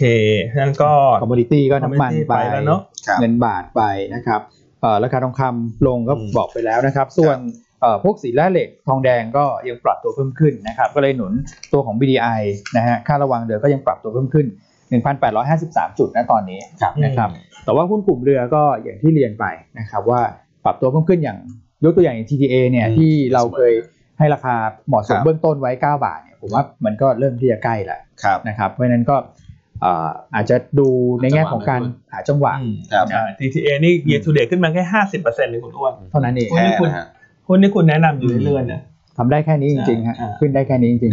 นั่นก็ คอมมูนิตี้ก็น้ำมันไป แล้วเนาะ ครับ เงินบาทไปนะครับเอ่อราคาทองคำลงก็ อืม บอกไปแล้วนะครับ ส่วนเอ่อพวกสีแร่เหล็กทองแดงก็ยังปรับตัวเพิ่มขึ้นนะครับ ก็เลยหนุนตัวของ BDI นะฮะ ค่าระวังเรือก็ยังปรับตัวเพิ่มขึ้น 1,853 จุดนะตอนนี้ อืม นะครับ แต่ว่าหุ้นกลุ่มเรือก็อย่างที่เรียนไปนะครับว่าปรับตัวเพิ่มขึ้นอย่างยกตัวอย่างอย่าง TTA เนี่ย อืม ที่เราเคยให้ราคาเหมาะส ค ม รับ เบื้องต้นไว้ 9 บาทเนี่ยผมว่ามันก็เริ่มที่จะใกล้ละ ครับ นะครับเพราะฉะนั้นก็เอ่ออาจจะดูในแง่ของการหาจังหวะ อืม ครับ ใช่ TTA นี่ year to date ขึ้นมาแค่ห้าสิบเปอร์เซ็นต์เลยคุณอ้วน เท่านั้นเอง โอ้ย แค่นะฮะ หุ้นที่คุณแนะนำอยู่เรื่อยๆเนี่ย ทำได้แค่นี้จริงๆฮะ ใช่ ขึ้นได้แค่นี้จริง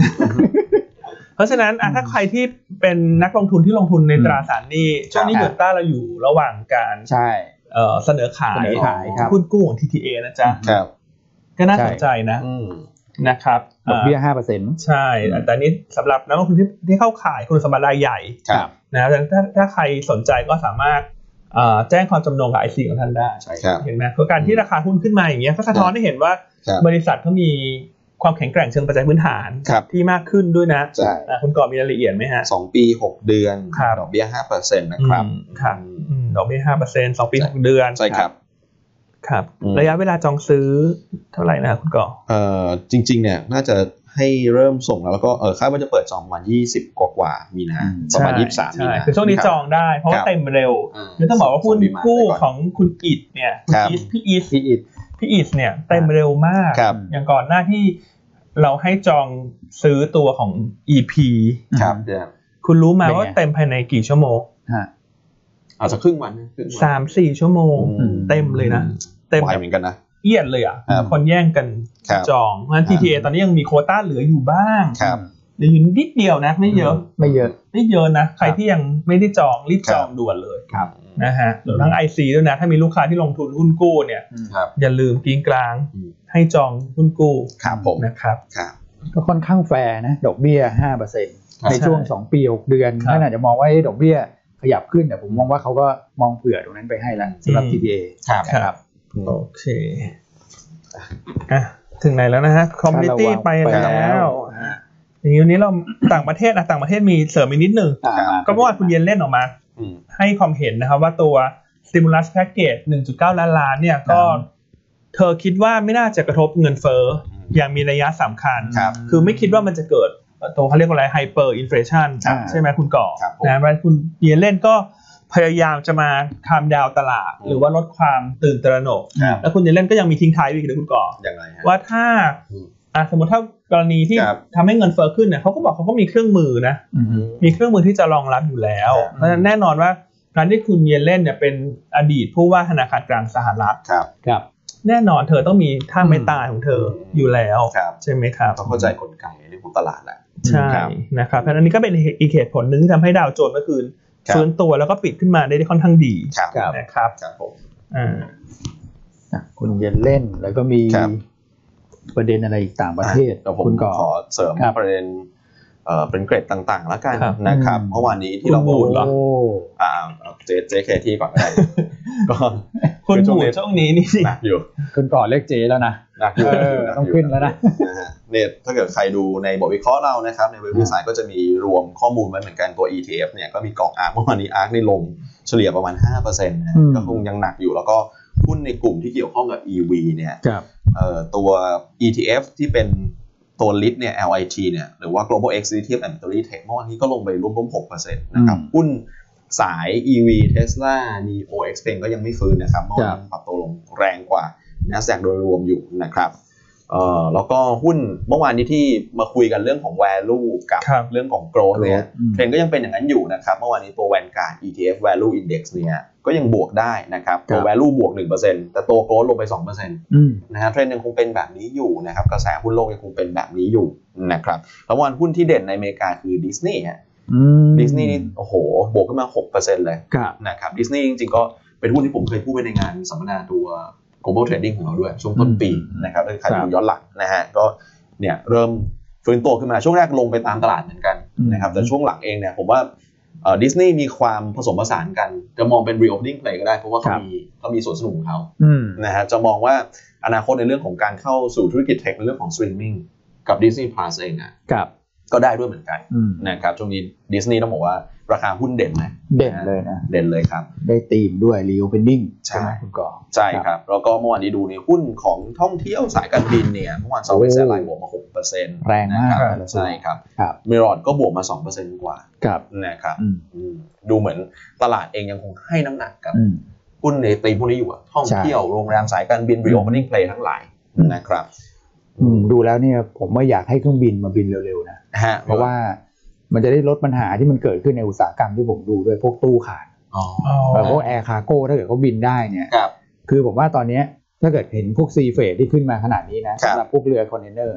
เพราะฉะนั้นอ่ะ อืม ถ้าใครที่เป็นนักลงทุนที่ลงทุนใน อืม ตราสารหนี้ช่วงนี้ ครับ หยุดต้าเราอยู่ระหว่างการ ๆ ใช่ เอ่อเสนอขาย เสนอขายครับ หุ้นกู้ของ TTA นะจ๊ะ ครับ ก็น่าสนใจนะ อืม นะครับ ดอกเบี้ย อ่า ห้าเปอร์เซ็นต์ ใช่ อืม แต่นี้สำหรับนักลงทุนที่ที่เข้าขายคุณสมบัติรายใหญ่ ครับ นะดังนั้นถ้าถ้าใครสนใจก็สามารถเอ่อแจ้งความจำนงกับไอซีของท่านได้ ใช่ครับ เห็นไหมเพราะการที่ราคาหุ้นขึ้นมาอย่างเงี้ยก็สะท้อนให้เห็นว่า ครับ บริษัทเขามีความแข็งแกร่งเชิงปัจจัยพื้นฐาน ครับ ที่มากขึ้นด้วยนะ ใช่ อ่ะคุณก่อมีรายละเอียดไหมฮะ สองปีหกเดือน ครับ ดอกเบี้ยห้าเปอร์เซ็นต์นะครับ อืมครับอืมดอกเบี้ยห้าเปอร์เซ็นต์สองปี ใช่ หกเดือน ใช่ครับ ครับ อืม ระยะเวลาจองซื้อเท่าไหร่นะคุณก่อ เอ่อจริงๆเนี่ยน่าจะให้เริ่มส่งแล้วแล้วก็เออคาดว่าจะเปิดจองประมาณ20 กว่ากว่ามีนา อืม ประมาณ ใช่ 23 มี ใช่ นา คือช่วงนี้จองได้ เพราะว่า ครับ เต็มเร็วแล้วต้องบอกว่าหุ้นกู้ของคุณอิดเนี่ยคุณ ครับ อีทพี่อีท พีอิด พี่อีทเนี่ยเต็มเร็วมาก ครับ อย่างก่อนหน้าที่เราให้จองซื้อตัวของ EP ครับเดี๋ยว คุณรู้ไหมา เป็นไง ว่าเต็มภายในกี่ชั่วโมง ฮะ อาจจะครึ่งวันนะครึ่งวัน สามสี่ชั่วโมง อืม เต็มเลยนะ เต็ม ไหว แบบ เหมือนกันนะ เอียดเลยอ่ะ ครับ คนแย่งกัน ครับ จองเพราะฉะนั้น TTA ตอนนี้ยังมีโควต้าเหลืออยู่บ้าง ครับ เหลืออยู่นิดเดียวนะไม่เยอะ ไม่เยอะ ไม่เยอะนะ ใครที่ยังไม่ได้จองรีบจอคงรับ ด่วนเลย ครับ นะฮะรวมทั้ง IC ด้วยนะ ถ้ามีลูกค้าที่ลงทุนหุ้นกู้เนี่ย ครับ อย่าลืมกิงกลาง อืม ให้จองหุ้นกู้ ครับผม นะครับ ครับ ก็ค่อนข้างแฟร์นะ ดอกเบี้ยห้าเปอร์เซ็นต์ในช่วง ใช่ สองปีหกเดือน ครับ ท่านอาจจะมองว่าเอ๊ะดอกเบี้ยขยับขึ้นแต่ผมมองว่าเขาก็มองเผื่อตรงนั้นไปให้แล้วสำหรับ อืม TTA ครับ ครับ โอเคอ่ะถึงไหนแล้วนะฮะคอมมิ ถ้าระ ตี้ วัง ไป ไปแล้ แล้ว ว อย่างนี้วันนี้เรา ต่างประเทศอะต่างประเทศมีเสริมอีกนิดหนึ่ง อ่า ก็เมื่อวานคุณเย็นเล่นออกมา อืม ให้ความเห็นนะครับว่าตัว stimulus package 1.9 ล้านล้านเนี่ยก็เธอคิดว่าไม่น่าจะกระทบเงินเฟ้ออ ม อย่างมีระยะสำคัญ ครับ คือไม่คิดว่ามันจะเกิดตัวเขาเรียกว่าอะไร hyper inflation อ่า ใช่ไหมคุณก่อ ครับผม นะเพราะฉะนั้นคุณเย็นเล่นก็พยายามจะมาคามดาวตลาด อืม หรือว่าลดความตื่นตระหนก ครับ แล้วคุณเย็นเล่นก็ยังมีทิ้งท้ายไว้อีกนะคุณก่อ อย่างไรฮะ ว่าถ้า อืม อ่ะสมมติถ้ากรณีที่ ครับ ทำให้เงินเฟ้อขึ้นเนี่ยเขาก็บอกเขาก็มีเครื่องมือนะ อืม มีเครื่องมือที่จะรองรับอยู่แล้ว ครับ เพราะฉะนั้นแน่นอนว่าการที่คุณเยนเล่นเนี่ยเป็นอดีตผู้ว่าธนาคารกลางสหรัฐ ครับ ครับ แน่นอนเธอต้องมีท่าไม้ อืม ตายของเธอ ม อยู่แล้ว ครับ ใช่ไหมครับ ต้องเข้าใจกลไกในเรื่องของตลาดแหละ ใช่ ครับ นะครับเพราะฉะนั้นอันนี้ก็เป็นอีกเหตุผลหนึ่งที่ทำให้ดาวโจนส์เมื่อคืน ครับ ฟื้นตัวแล้วก็ปิดขึ้นมาได้ค่อนข้างดี ครับ ครับ นะครับ ครับผม อ่า อ่ะคุณเย็นเล่นแล้วก็มี ครับ ประเด็นอะไรอีกต่างประเทศ เดี๋ยวผม คุณก่อ ขอเสริม ครับ ประเด็นเอ่อเป็นเกรดต่างๆ แล้วกัน ครับ นะครับ อืม เมื่อวานนี้ที่เราพูด โอ้ เนาะอ่าเอาเจเจเคที่ก่อนก็ ได้ ก็ คน คือช่ ห วง มู่ นี้ ช่วงนี้นี่ หนักอยู่ คุณก่อเลขเจแล้วนะ หนักอยู่ เออ หกยู่ ต้องขึ้นแล้วนะ นะฮะเนี่ยถ้าเกิดใครดูในบทวิเคราะห์เรานะครับ ในเว็บดีไซน์ก็จะมีรวมข้อมูลไว้เหมือนกันตัว ETF เนี่ยก็มีกล่องอาร์คเมื่อวานนี้อาร์คในลงเฉลี่ยประมาณ5%นะฮะ อืม ก็คงยังหนักอยู่แล้วก็หุ้นในกลุ่มที่เกี่ยวข้องกับ EV เนี่ย ครับ เอ่อตัว ETF ที่เป็นตัวลิสเนี่ย LIT เนี่ยหรือว่า Global X ETF and Battery Tech เมื่อวานนี้ก็ลงไปร่วมๆ6%นะครับ อืม หุ้นสาย EV Tesla Neo X p e n ก็ยังไม่ฟื้นนะครับเมื่อวาน ครับ ปรับตัวลงแรงกว่า NASDAQ โดยรวมอยู่นะครับ เอ่อแล้วก็หุ้นเมื่อวานนี้ที่มาคุยกันเรื่องของ value กับ ครับ เรื่องของ growth เนี่ย เทรนด์ก็ยังเป็นอย่างนั้นอยู่นะครับ เมื่อวานนี้ตัว Vanguard ETF Value Index เนี่ยก็ยังบวกได้นะครับ ตัว ครับ Value บวก 1%แต่ตัว Growth ลงไป 2% อืม นะฮะเทรนด์ยังคงเป็นแบบนี้อยู่นะครับ กระแสหุ้นโลกยังคงเป็นแบบนี้อยู่นะครับแล้ววันหุ้นที่เด่นในอเมริกาคือดิสนีย์ อืม ดิสนีย์นี่โอ้โห บวกขึ้นมา 6%เลย ครับ นะครับดิสนีย์จริงๆ ก็เป็นหุ้นที่ผมเคยพูดไปในงานสัมมนาตัว global trading ของเราด้วย ช่วงต้นปีนะครับถ้าใครดูย้อนหลังนะฮะก็เนี่ยเริ่มฟื้นตัวขึ้นมาช่วงแรกลงไปตามตลาดเหมือนกัน นะครับแต่ช่วงหลังเองเนี่ยผมว่าดิสนีย์มีความผสมผสานกัน จะมองเป็น reopening play ก็ได้ เพราะว่าเขามีเขามีส่วนสนุกของเขา อืม นะฮะจะมองว่าอนาคตในเรื่องของการเข้าสู่ธุรกิจเทคในเรื่องของ streaming กับ Disney Plus เองอ่ะ ครับ ก็ได้ด้วยเหมือนกัน อืม นะครับช่วงนี้ดิสนีย์ต้องบอกว่าราคาหุ้นเด่นไหม เด่นเลยนะ เด่นเลยครับ ได้ตีมด้วย reopening ใช่ ไหมคุณก่อ ใช่ครับ แล้วก็เมื่อวานนี้ดูในหุ้นของท่องเที่ยวสายการบินเนี่ยเมื่อวานซาเวสไลน์บวกมา6% แรงมาก นะครับ ครับ ใช่ครับ ครับ มิรอดก็บวกมา 2%กว่า ครับ นะครับ อืม อืมดูเหมือนตลาดเองยังคงให้น้ำหนักกับ อืม หุ้นในตีมพวกนี้อยู่อะท่อง ใช่ เที่ยวโรงแรมสายการบิน reopening play ทั้งหลายนะครับ อืมดูแล้วเนี่ยผมว่าอยากให้เครื่องบินมาบินเร็วๆนะ ฮะ เพราะว่ามันจะได้ลดปัญหาที่มันเกิดขึ้นในอุตสาหกรรมที่ผมดูด้วยพวกตู้ขาด อ๋อ อ๋อ เออพวกแอร์คาร์โก้ถ้าเกิดเขาบินได้เนี่ย ครับ คือผมว่าตอนเนี้ยถ้าเกิดเห็นพวกซีเฟสที่ขึ้นมาขนาดนี้นะครับ สำหรับพวกเรือคอนเทนเนอร์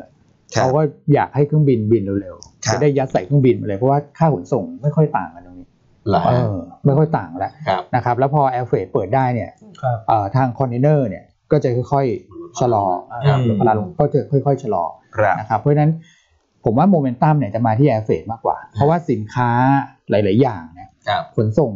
ครับ เขาก็อยากให้เครื่องบินบินเร็ว ครับๆจะได้ยัดใส่เครื่องบินไปเลยเพราะว่าค่าขนส่งไม่ค่อยต่างกันตรงนี้ หลาย เออไม่ค่อยต่างแล้ว ครับ นะครับแล้วพอแอร์เฟรเปิดได้เนี่ย ครับ เอ่อทางคอนเทนเนอร์เนี่ยก็จะค่อยๆชะลอ ครับ ลดพลังก็จะค่อยๆชะลอ ครับ นะครับเพราะฉะนั้นผมว่าโมเมนตัมเนี่ยจะมาที่แอร์เฟรมากกว่า เพราะว่าสินค้าหลาย ๆ อย่างเนี่ย ครับ ขนส่ง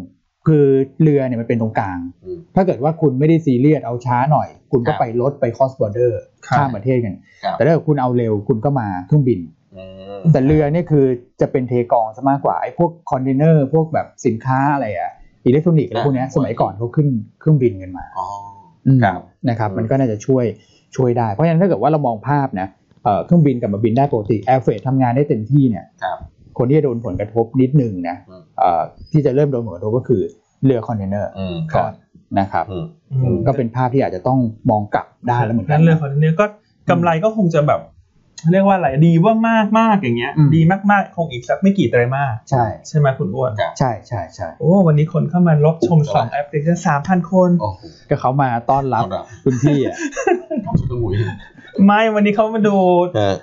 คือเรือเนี่ยมันเป็นตรงกลาง อืม ถ้าเกิดว่าคุณไม่ได้ซีเรียสเอาช้าหน่อย คุณก็ ครับ ไปลดไปคอสบอร์เดอร์ ครับ ข้ามประเทศกัน ครับ แต่ถ้าเกิดคุณเอาเร็วคุณก็มาเครื่องบิน อืม แต่เรือเนี่ยคือจะเป็นเทกองซะมากกว่าไอ้พวกคอนเทนเนอร์พวกแบบสินค้าอะไรอะอิเล็กทรอนิกส์อะไรพวกเนี้ยสมัยก่อนเขาขึ้นเครื่องบินกันมา อ๋อ อืม ครับ นะครับ อืม มันก็น่าจะช่วยช่วยได้เพราะฉะนั้นถ้าเกิดว่าเรามองภาพนะเอ่อเครื่องบินกลับมาบินได้ปกติแอร์เฟรททำงานได้เต็มที่เนี่ย ครับ คนที่จะโดนผลกระทบนิดหนึ่งนะ อืม เอ่อที่จะเริ่มโดนผลกระทบก็คือเรือคอนเทนเนอร์ อืมครับ นะครับ อืม อืม ก็เป็นภาพที่อาจจะต้องมองกลับด้านแล้วเหมือนกั งั้ น นเลยคนนี้ก็กำไรก็คงจะแบบ เรียกว่าอะไรดีว่ามากมากๆอย่างเงี้ย อืม ดีมากๆ คงอีกสักไม่กี่ไตรมาส ใช่ ใช่ไหมคุณอ้วน ครับ ใช่ใช่ใช่ โอ้วันนี้คนเข้ามาลบชมสองแอปพลิเคชันสามพันคน โอ้โห ก็เขามาต้อนรับ เอาละ คุณพี่อ่ะ น้องสุดมุย ไม่วันนี้เขามาดู เออ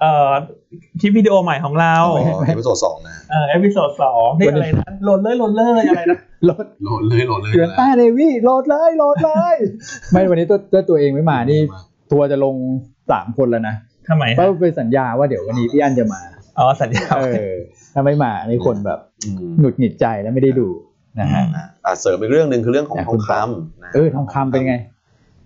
เอ่อคลิปวิดีโอใหม่ของเรา เอาเอพิโซดสองนะ เอ่อเอพิโซดสองที่ วันนี้ อะไรนะโรลเลอร์โรลเลอร์อะไรนะ โหลด โหลดเลยโหลดเลย เรือนต้าเดวี่โหลดเลยโหลดเลย ไม่วันนี้ตัวตัวตัวเองไม่มานี่ทัวร์จะลงสามคนแล้วนะ ทำไม เพราะไปสัญญาว่าเดี๋ยววันนี้พี่อันจะมา อ๋อสัญญา เออถ้าไม่มาในคนแบบ อืม หงุดหงิดใจแล้วไม่ได้ดูนะฮะ อ่ะอ่ะเสริมอีกเรื่องหนึ่งคือเรื่องของ อยาก ทอง คุณปอ คำนะ เออทองคำเป็นไง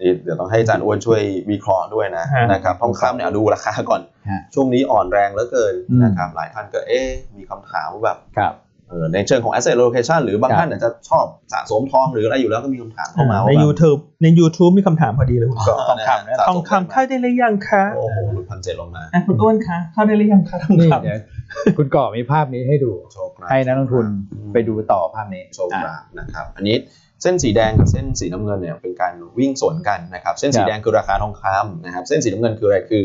นี่เดี๋ยวต้องให้อาจารย์อ้วนช่วยวิเคราะห์ด้วยนะ ฮะ นะครับทองคำเนี่ยเอาดูราคาก่อน ฮะ ช่วงนี้อ่อนแรงเหลือเกิน อืม นะครับหลายท่านก็เอ๊ะมีคำถามว่าแบบ ครับ เออในเชิงของ asset allocation หรือบาง ครับ ท่านอาจจะชอบสะสมทองหรืออะไรอยู่แล้วก็มีคำถามเข้ามา ใน ว่าแบบ YouTube ใน YouTube มีคำถามพอดีเลยคุณกอ อ๋องทองคำนะ สะสม ทองคำเข้าได้หรือยังคะ โอ้โหหลุดพันเจ็ดลงมา อ่ะคุณอ้วนคะเข้าได้หรือยังคะทอง นี่ ค เดี๋ยวคุณก่อมีภาพนี้ให้ดู โชคร้าย ให้นักลงทุนไปดูต่อภาพนี้ โชคร้ายนะครับอันนี้เส้นสีแดงกับเส้นสีน้ำเงินเนี่ยเป็นการวิ่งสวนกันนะครับเส้นสีแดงคือราคาทองคำนะครับเส้นสีน้ำเงินคืออะไรคือ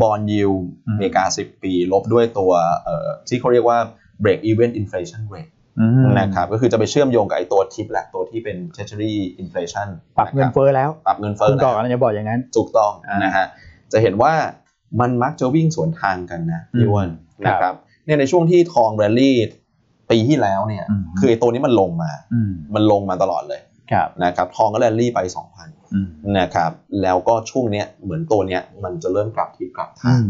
บอลยิวอเมริกา 10 ปีลบด้วยตัวเอ่อที่เขาเรียกว่า break even inflation rate อืม นะครับก็คือจะไปเชื่อมโยงกับไอ้ตัวทิปแหละตัวที่เป็น treasury inflation ปรับเงินเฟ้อแล้ว ปรับเงินเฟ้อ คุณ นะ ก่อกำลังจะบอกอย่างนั้น ถูกต้อง อ่าน นะฮะจะเห็นว่ามันมักจะวิ่งสวนทางกันนะ อืม พี่อ้วัน ครับ นะครับเนี่ยในช่วงที่ทองแรลลี่ปีที่แล้วเนี่ย อืม คือไอ้ตัวนี้มันลงมา อืม มันลงมาตลอดเลย ครับ นะครับทองก็แรลลี่ไป 2,000 อืม นะครับแล้วก็ช่วงเนี้ยเหมือนตัวเนี้ยมันจะเริ่มกลับทิศกลับทาง อืม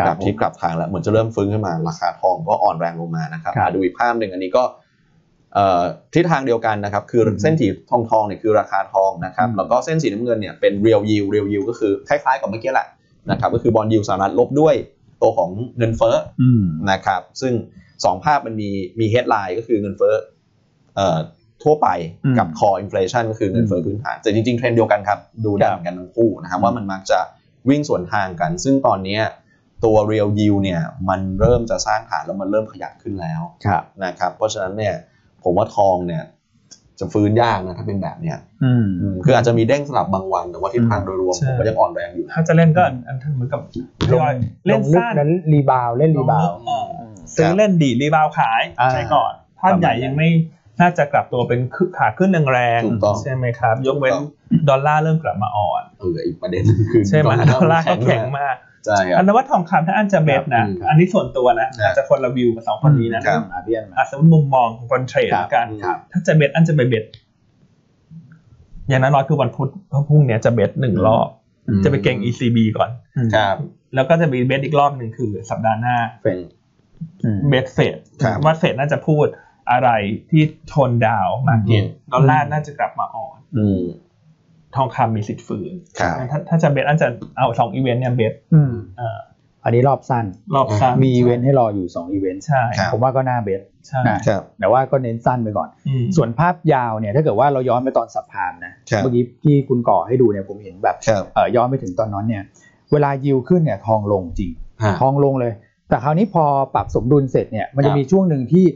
กรั ลั บ บที่กลับทางแล้วเหมือนจะเริ่มฟื้นขึ้นมาราคาทองก็อ่อนแรงลงมานะครับ ครับ มาดูอีกภาพหนึ่งอันนี้ก็เอ่อทิศทางเดียวกันนะครับ คือ อืม เส้นสีทองทองเนี่ยคือราคาทองนะครับ อืม แล้วก็เส้นสีน้ำเงินเนี่ยเป็น real yield real yield ก็คือคล้ายๆกับเมื่อกี้แหละนะครับก็คือบอลยิวสหรัฐลบด้วยตัวของเงินเฟ้อ อืม นะครับซึ่งสองภาพมันมีมีเฮดไลน์ก็คือเงินเฟ้อเอ่อทั่วไปกับ core inflation ก็คือเงินเฟ้อพื้นฐานแต่จริงๆเทรนด์เดียวกันครับดูได้เหมือนกันทั้งคู่นะครับว่ามันมักจะวิ่งสวนทางกัน ซึ่งตอนเนี้ย ตัว real yield เนี่ยมันเริ่มจะสร้างฐานแล้วมันเริ่มขยับขึ้นแล้ว ครับ นะครับเพราะฉะนั้นเนี่ยผมว่าทองเนี่ย จะฟื้นยากนะถ้าเป็นแบบเนี้ย อืม อืมคืออาจจะมีเด้งสลับบางวันแต่ว่าทิศทางโดยรวม ใช่ ผมว่ายังอ่อนแรงอยู่นะ ถ้าจะเล่นก็อันเหมือนกับทยอยเล่น ลึก สั้น นั้นรีบาวด์เล่นรีบาวด์ เออซื้อเล่นดีดรีบาวขาย อ่า ใช่ก่อนภาพใหญ่ยังไม่น่าจะกลับตัวเป็นขึ้นขาขึ้นแรง ถูกต้อง ๆใช่ไหมครับ ยกเว้น ถูกต้ ดอลลาร์เริ่มกลับมาอ่อน เอออีกประเด็นหนึ่งคือ ใช่ไหม ตนนี้ ดอลลาร์ก็แข็งมาก ใช่ค อั รับ นนั้นว่าทองคำถ้าอันจะเบ็ดนะ อืมครับ อันนี้ส่วนตัวนะ ครั อา บ จจะคนละวิวกับสองคนนี้นะ ครั บ อาเบียนมา อาจจะมุมมองของคนเทรด ครับ ละกัน ครับ ถ้าจะเบ็ดอันจะไปเบ็ดอย่างน้อยๆคือวันพุธเพราะพรุ่งเนี้ยจะเบ็ดหนึ่งรอบ อืม จะไปเก่ง ECB ก่อน ครับ แล้วก็จะมีเบ็ดอีกรอบหนึ่งคือสัปดาห์หน้า เป็น อืม เบ็ดเฟด ครับ ว่าเฟดน่าจะพูดอะไรที่โทนดาวน์มา เงิน ดอลลาร์น่าจะกลับมาอ่อน อืม ทองคำมีสิทธิ์ฝืน ครับ ถ้าถ้าจะเบ็ดอันจะเอาสองอีเวนต์เนี่ยเบ็ด อืม เอ่อ อันนี้รอบสั้น รอบสั้น มีอีเวนต์ให้รออยู่ 2 อีเวนต์ ใช่ ครับ ผมว่าก็น่าเบส ใช่ นะ ครับ แต่ว่าก็เน้นสั้นไปก่อน อืม ส่วนภาพยาวเนี่ย ถ้าเกิดว่าเราย้อนไปตอนสัปดาห์นะ ครับ เมื่อกี้ที่คุณก่อให้ดูเนี่ยผมเห็นแบบ ครับ เอ่อย้อนไปถึงตอนนั้นเนี่ย เวลายิวขึ้นเนี่ยทองลงจริง ฮะ ทองลงเลย แต่คราวนี้พอปรับสมดุลเสร็จเนี่ย มัน ค จะ รับ มีช่วงหนึ่งที่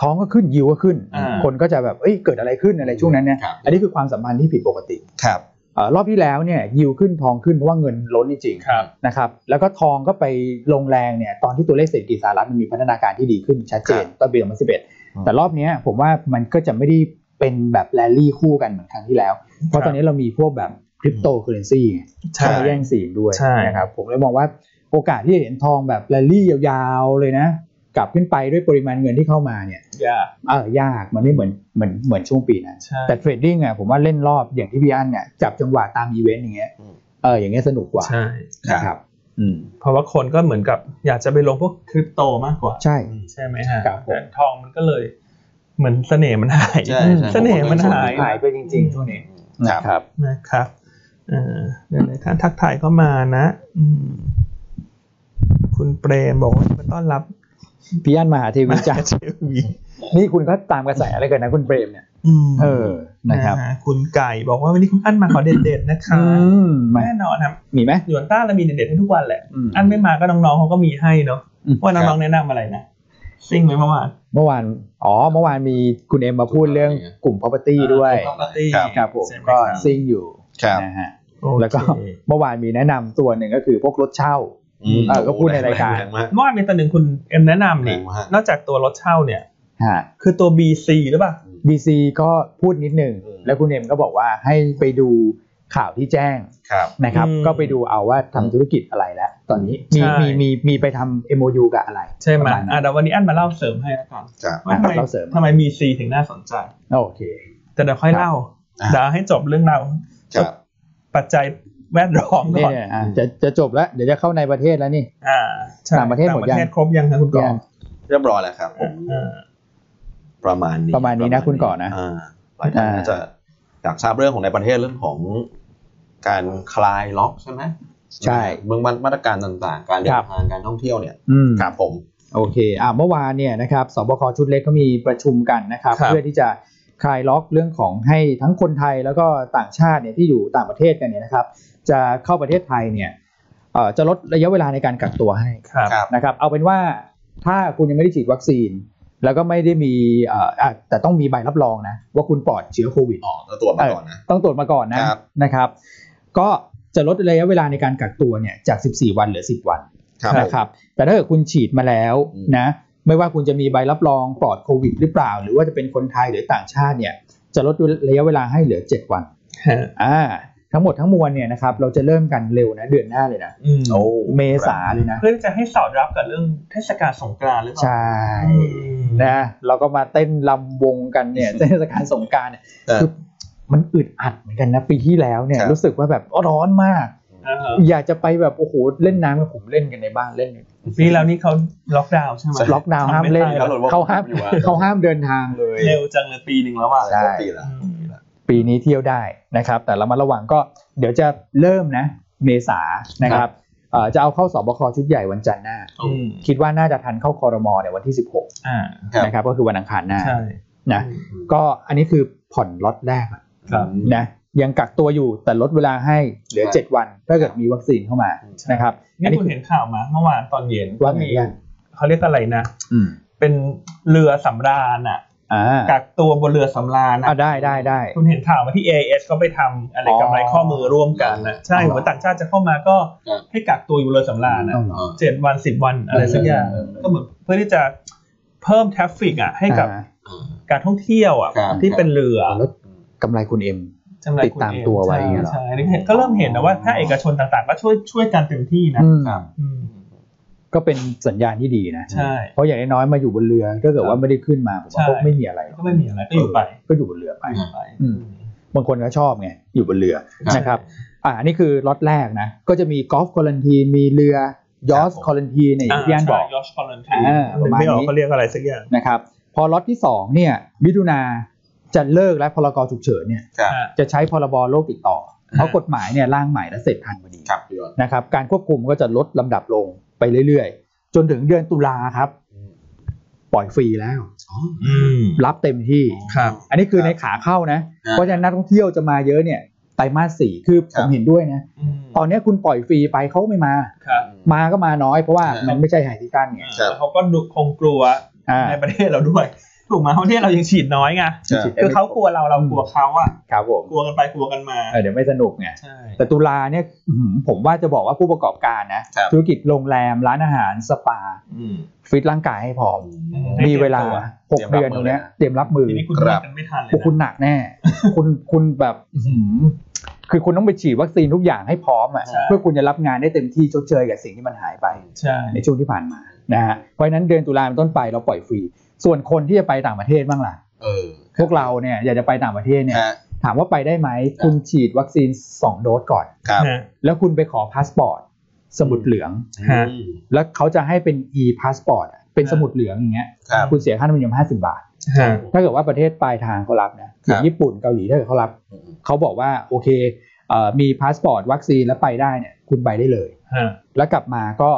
ท้องก็ขึ้นยิวก็ขึ้น อ่า คนก็จะแบบเอ้ยเกิดอะไรขึ้นอะไรช่วงนั้นเนี่ย ครับ อันนี้คือความสัมพันธ์ที่ผิดปกติ ครับ เอ่อรอบที่แล้วเนี่ยยิวขึ้นทองขึ้นเพราะว่าเงินล้นจริงๆ ครับ นะครับแล้วก็ทองก็ไปลงแรงเนี่ยตอนที่ตัวเลขเศรษฐกิจสหรัฐมันมีพัฒนาการที่ดีขึ้นชัดเจนต้นปี ม 2011 แต่รอบเนี้ยผมว่ามันก็จะไม่ได้เป็นแบบแรลลี่คู่กันเหมือนครั้งที่แล้ว เพราะตอนนี้เรามีพวกแบบคริปโตเคอเรนซี ใช่ เข้ามาแย่งซีนด้วย ใช่ นะครับผมเลยมองว่าโอกาสที่จะเห็นทองแบบแรลลี่ยาวๆเลยนะ กลับขึ้นไปด้วยปริมาณเงินที่เข้ามาเนี่ย ยาก เออยากมันไม่เหมือนเหมือนเหมือนช่วงปีนั้น ใช่ แต่เทรดดิ้งอ่ะผมว่าเล่นรอบอย่างที่พี่อันเนี่ยจับจังหวะตามอีเวนต์อย่างเงี้ย อืม เอออย่างเงี้ยสนุกกว่า ใช่ นะครับอืม เพราะว่าคนก็เหมือนกับอยากจะไปลงพวกคริปโตมากกว่า ใช่ ใช่ไหมฮะ ครับผม แต่ทองมันก็เลยเหมือนเสน่ห์มันหาย ใช่ใช่ เสน่ห์มันหาย หายไปจริงๆช่วงนี้นะครับ นะครับเอ่อเดี๋ยวนะครับทักทายเข้ามานะอืมคุณเปรมบอกว่ามาต้อนรับ พี่อันมหาเทวีจ้า เทวี นี่คุณก็ตามกระแสอะไรกันนะคุณเปรมเนี่ย เออ นะครับ ฮคุณไก่บอกว่าวันนี้คุณอั้นมาขอเด็ดๆนะคะ อืมมา แน่นอนครับ มีไหม หยวนต้าเรามีเด็ดๆให้ทุกวันแหละ อืม อันไม่มาก็น้องๆเขาก็มีให้เนาะ อืม ว่าน้องๆแนะนำอะไรนะซิ่งไหมเมื่อวาน เมื่อวาน อ๋อ เมื่อวานมีคุณเอ็มมาพูดเรื่องกลุ่ม property ด้วย property ครับ ครับผม ใช่ไหม ก็ ครับ ซิ่งอยู่ ครับ นะฮะ โอเค แล้วก็เมื่อวานมีแนะนำตัวหนึ่งก็คือพวกรถเช่า ม เออก็พูดในรายการ แงมาก เมื่อวานมีตัวหนึ่งคุณเอ็มแนะนำนี่ แรงมาก นอกจากตัวรถเช่าเนี่ย ฮะ คือตัว BC หรือเปล่า BC ก็พูดนิดหนึ่ง อืม แล้วคุณเอ็มก็บอกว่าให้ไปดูข่าวที่แจ้ง ครับ นะครับ อืม ก็ไปดูเอาว่าทำธุรกิจอะไรแล้ว ตอนนี้มี ใช่ มีมีมีไปทำ MOU กับอะไร ใช่ไหม ประาณนั้น อ่ะเดี๋ยววันนี้อันมาเล่าเสริมให้แล้วก่อน ครับ ว่าทำไม เล่าเสริม ทำไม BC ถึงน่าสนใจ โอเค แต่เดี๋ยวค่อย ครับ เล่า อ่ะ เดี๋ยวให้จบเรื่องเราว ครับ ปัจจัยแวดล้อม เนี่ ก่อยน อ่ะจะจะจบแล้ว เดี๋ยวจะเข้าในประเทศแล้วนี่ อ่าใช่ ต่างประเทศ ต่าง หม ป ด ระ ยัง เทศครบยังนะคุณกอ ยัง ง เรียบร้อยแล้วครับผม อ่า ประมาณนี้ ประมาณนี้นะคุณก่อนนะ อ่าหลายท่านน่าจะอยากทราบเรื่องของในประเทศเรื่องของการคลายล็อกใช่ไหม ใช่ เมืองมามาตรการต่างๆ การเดิ ครั น บ ทางการท่องเที่ยวเนี่ย อืม ครับผม โอเคอ่ะเมื่อวานเนี่ยนะครับสบคชุดเล็กก็มีประชุมกันนะครับ ครับ เพื่อที่จะคลายล็อกเรื่องของให้ทั้งคนไทยแล้วก็ต่างชาติเนี่ยที่อยู่ต่างประเทศกันเนี่ยนะครับ จะเข้าประเทศไทยเนี่ยเอ่อจะลดระยะเวลาในการกักตัวให้ ครับ ครับ นะครับเอาเป็นว่าถ้าคุณยังไม่ได้ฉีดวัคซีน แล้วก็ไม่ได้มีเอ่ออ่ะแต่ต้องมีใบรับรองนะ ว่าคุณปลอดเชื้อโควิด อ๋อแล้วตรวจมาก่อนนะ ต้องตรวจมาก่อนนะครับ นะครับ ก็จะลดระยะเวลาในการกักตัวเนี่ยจาก 14 วันเหลือ 10 วัน ครับ นะครับแต่ถ้าเกิดคุณฉีดมาแล้ว อืม นะไม่ว่าคุณจะมีใบรับรองปลอดโควิดหรือเปล่า หรือว่าจะเป็นคนไทยหรือต่างชาติเนี่ยจะลดระยะเวลาให้เหลือ 7 วันอ่าทั้งหมดทั้งมวลเนี่ยนะครับเราจะเริ่มกันเร็วนะเดือนหน้าเลยนะ อืม โอ้ เมษาเลยนะ เพื่อที่จะให้สอดรับกับเรื่องเทศกาลสงกรานต์หรือเปล่า ใช่ อืม นะเราก็มาเต้นลำวงกันเนี่ย เทศกาลสงกรารเนี่ย แต่ คือมันอึดอัดเหมือนกันนะปีที่แล้วเนี่ย ครับ รู้สึกว่าแบบร้อนมาก อ่า อยากจะไปแบบโอ้โหเล่นน้ำกับผมเล่นกันในบ้านเล่น ปีแล้วนี่เขาล็อกดาวน์ใช่ไหม ล็อกดาวน์ห้ามเล่น ทำไม่ได้แล้วหรอ เขาห้าม อยู่อะ เขาห้ามเดินทางเลย เร็วจังเลยปีหนึ่งแล้วอ่ะ ใช่ ปีละ อืม ปีละ ปีนี้เที่ยวได้นะครับ แต่เรามาระวังก็เดี๋ยวจะเริ่มนะ เมษานะค ครั รับบ เอ่อจะเอาเข้าสบคชุดใหญ่วันจันทร์หน้า อืม คิดว่าน่าจะทันเข้าคอรมอเนี่ยวันที่ 16 อ่า ครับ นะครับก็คือวันอังคารหน้า ใช่ นะก็อันนี้คือผ่อนล็อตแรกอะ ครับ นะยังกักตัวอยู่แต่ลดเวลาให้เหลือ 7 วัน ถ้าเกิดมีวัคซีนเข้ามา ใช่ นะครับอัน นี่ นี้ คุณเห็นข่าวมาเมื่อวานตอนเย็น ว่าไง มี ยัง เขาเรียกอะไรนะ อืม เป็นเรือสำราญอ่ะ อ่า กักตัวบนเรือสำราญนะ อ่าได้ได้ได้ คุณเห็นข่าวมาที่ AIS ก็ไปทำอะไรกำไรข้อมือร่วมกันนะใช่ อ๋อ หัวต่างชาติจะเข้ามาก็ ครับ ให้กักตัวอยู่เรือสำราญนะ เอาเหรอ เจ็ดวันสิบวันอะไรสักอย่าง เออเออเออ ก็เหมือนเพื่อที่จะเพิ่มทราฟฟิกอ่ะให้กับ อ่า การท่องเที่ยวอ่ะ ครับ ที่เป็นเรือ แล้วกำไรคุณเอ็ม จำหน่ย ติดตามตัวไว้อย่างเงี้ยเหรอ ใช่ใช่นี่เห็นก็เริ่มเห็นนะว่าถ้าคเอกชนต่างๆ ก็ช่วยช่วยกันเต็มที่นะ ครับ อืม ก็เป็นสัญญาณที่ดีนะ ใช่ เพราะอย่างน้อยๆมาอยู่บนเรือถ้าเกิดว่าไม่ได้ขึ้นมาผมว่า ใช่ ก็ไม่มีอะไรหรอก ก็ไม่มีอะไรก็อยู่ไป ก็อยู่บนเรือไป ไป อืม บางคนก็ชอบไงอยู่บนเรือ ครับ นะครับ อ่าอันนี่คือล็อตแรกนะ ก็จะมีกอล์ฟคอลันทีมีเรือยอส ครับผม คอลันทีเนี่ยอย่างที่พี่อันบอก ยอชคอลันที อ่าประมาณนี้ ไม่ออกเขาเรียกอะไรสักอย่าง นะครับ พอล็อตที่ 2 เนี่ยมิถุนาจะเลิกและพรกฉุกเฉินเนี่ย ครับ อ่า จะใช้พรบโรคติดต่อ เพราะกฎหมายเนี่ยร่างใหม่และเสร็จทันพอดี ครับพี่ยอด นะครับการควบคุมก็จะลดลำดับลงไปเรื่อยๆ จนถึงเดือนตุลาครับ ปล่อยฟรีแล้ว อ๋อ อืม รับเต็มที่ ครับ อันนี้คือ ครับ ในขาเข้านะ ครับ เพราะฉะนั้นนักท่องเที่ยวจะมาเยอะเนี่ยไตรมาสสี่คือ ค ผ รับ มเห็นด้วยนะ อืม ตอนเนี้ยคุณปล่อยฟรีไปเขาไม่มา ครับ มาก็มาน้อยเพราะว่า ครับ มันไม่ใช่ไฮติกันไง ครับ เขาก็ดูคงกลัว อ่า ในประเทศเราด้วยถูกไหมประเทศเรายังฉีดน้อยไง ใช่ คือเขากลัวเราเรากลัวเขาอ่ะ ครับผม กลัวกันไปกลัวกันมา เออเดี๋ยวไม่สนุกไง ใช่ แต่ตุลาเนี่ยอื้อหือผมว่าจะบอกว่าผู้ประกอบการนะครับ ธุรกิจโรงแรมร้านอาหารสปา อืม ฟิตร่างกายให้พร้อม ให้ มี เตรียม เวลา ตัว หกเดือนตรงเนี้ยเตรียมรับมือ ทีนี้คุณ ครั เลือบ กกันไม่ทันเลย โอ้คุณหนักแน่ คุณคุณแบบอื้อหือคือคุณต้องไปฉีดวัคซีนทุกอย่างให้พร้อมอ่ะ ใช่ เพื่อคุณจะรับงานได้เต็มที่ชดเชยกับสิ่งที่มันหายไป ใช่ ในช่วงที่ผ่านมานะฮะเพราะฉะนั้นเดือนตุลาเป็นต้นไปเราปล่อยฟรี ส่วนคนที่จะไปต่างประเทศบ้างล่ะ เออ พวกเราเนี่ยอยากจะไปต่างประเทศเนี่ย ฮะ ถามว่าไปได้ไหม คุณฉีดวัคซีน 2 โดสก่อน ครับ ฮะ แล้วคุณไปขอพาสปอร์ต สมุดเหลือง ฮะ อืม แล้วเขาจะให้เป็น e พาสปอร์ตเป็นสมุดเหลืองอย่างเงี้ย ครับ คุณเสียค่าธรรมเนียม50 บาท ฮะ ถ้าเกิดว่าประเทศปลายทางเขารับนะอย่าคงรับ ญี่ปุ่นเกาหลีถ้าเกิดเขารับ อืม เขาบอกว่าโอเคเอ่อมีพาสปอร์ตวัคซีนแล้วไปได้เนี่ยคุณไปได้เลย ฮะ แล้วกลับมาก็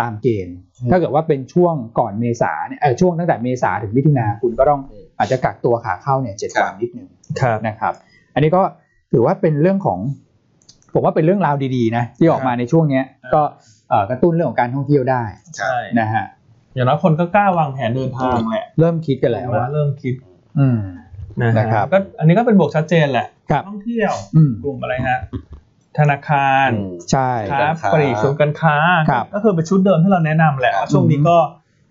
ตามเกณฑ์ อืม ถ้าเกิดว่าเป็นช่วงก่อนเมษาเนี่ยเอ่อช่วงตั้งแต่เมษาถึงมิถุนาคุณก็ต้อง อืม อาจจะกักตัวขาเข้าเนี่ยเจ็ด ครับ วันนิดนึง ครับ นะครับ อันนี้ก็ถือว่าเป็นเรื่องของ ผมว่าเป็นเรื่องราวดีๆนะที่ออกมาในช่วงเนี้ย ครับ ก็เอ่อกระตุ้นเรื่องของการท่องเที่ยวได้ ครับ ใช่ นะฮะ อย่างน้อยคนก็กล้าวางแผนเดินทางแหละ เริ่มคิดกันแล้ว ว่า อะ เริ่มคิด อืม นะฮะ นะครับ ก็อันนี้ก็เป็นบวกชัดเจนแหละ ครับ ท่องเที่ยว อืม กลุ่มอะไรฮะ ธนาคาร อืม ใช่ ค้า การค้า ปลีกส่วนย์การค้า ครับ ก็คือเป็นชุดเดิมที่เราแนะนำแหละ ครับ ว่าช่วงนี้ก็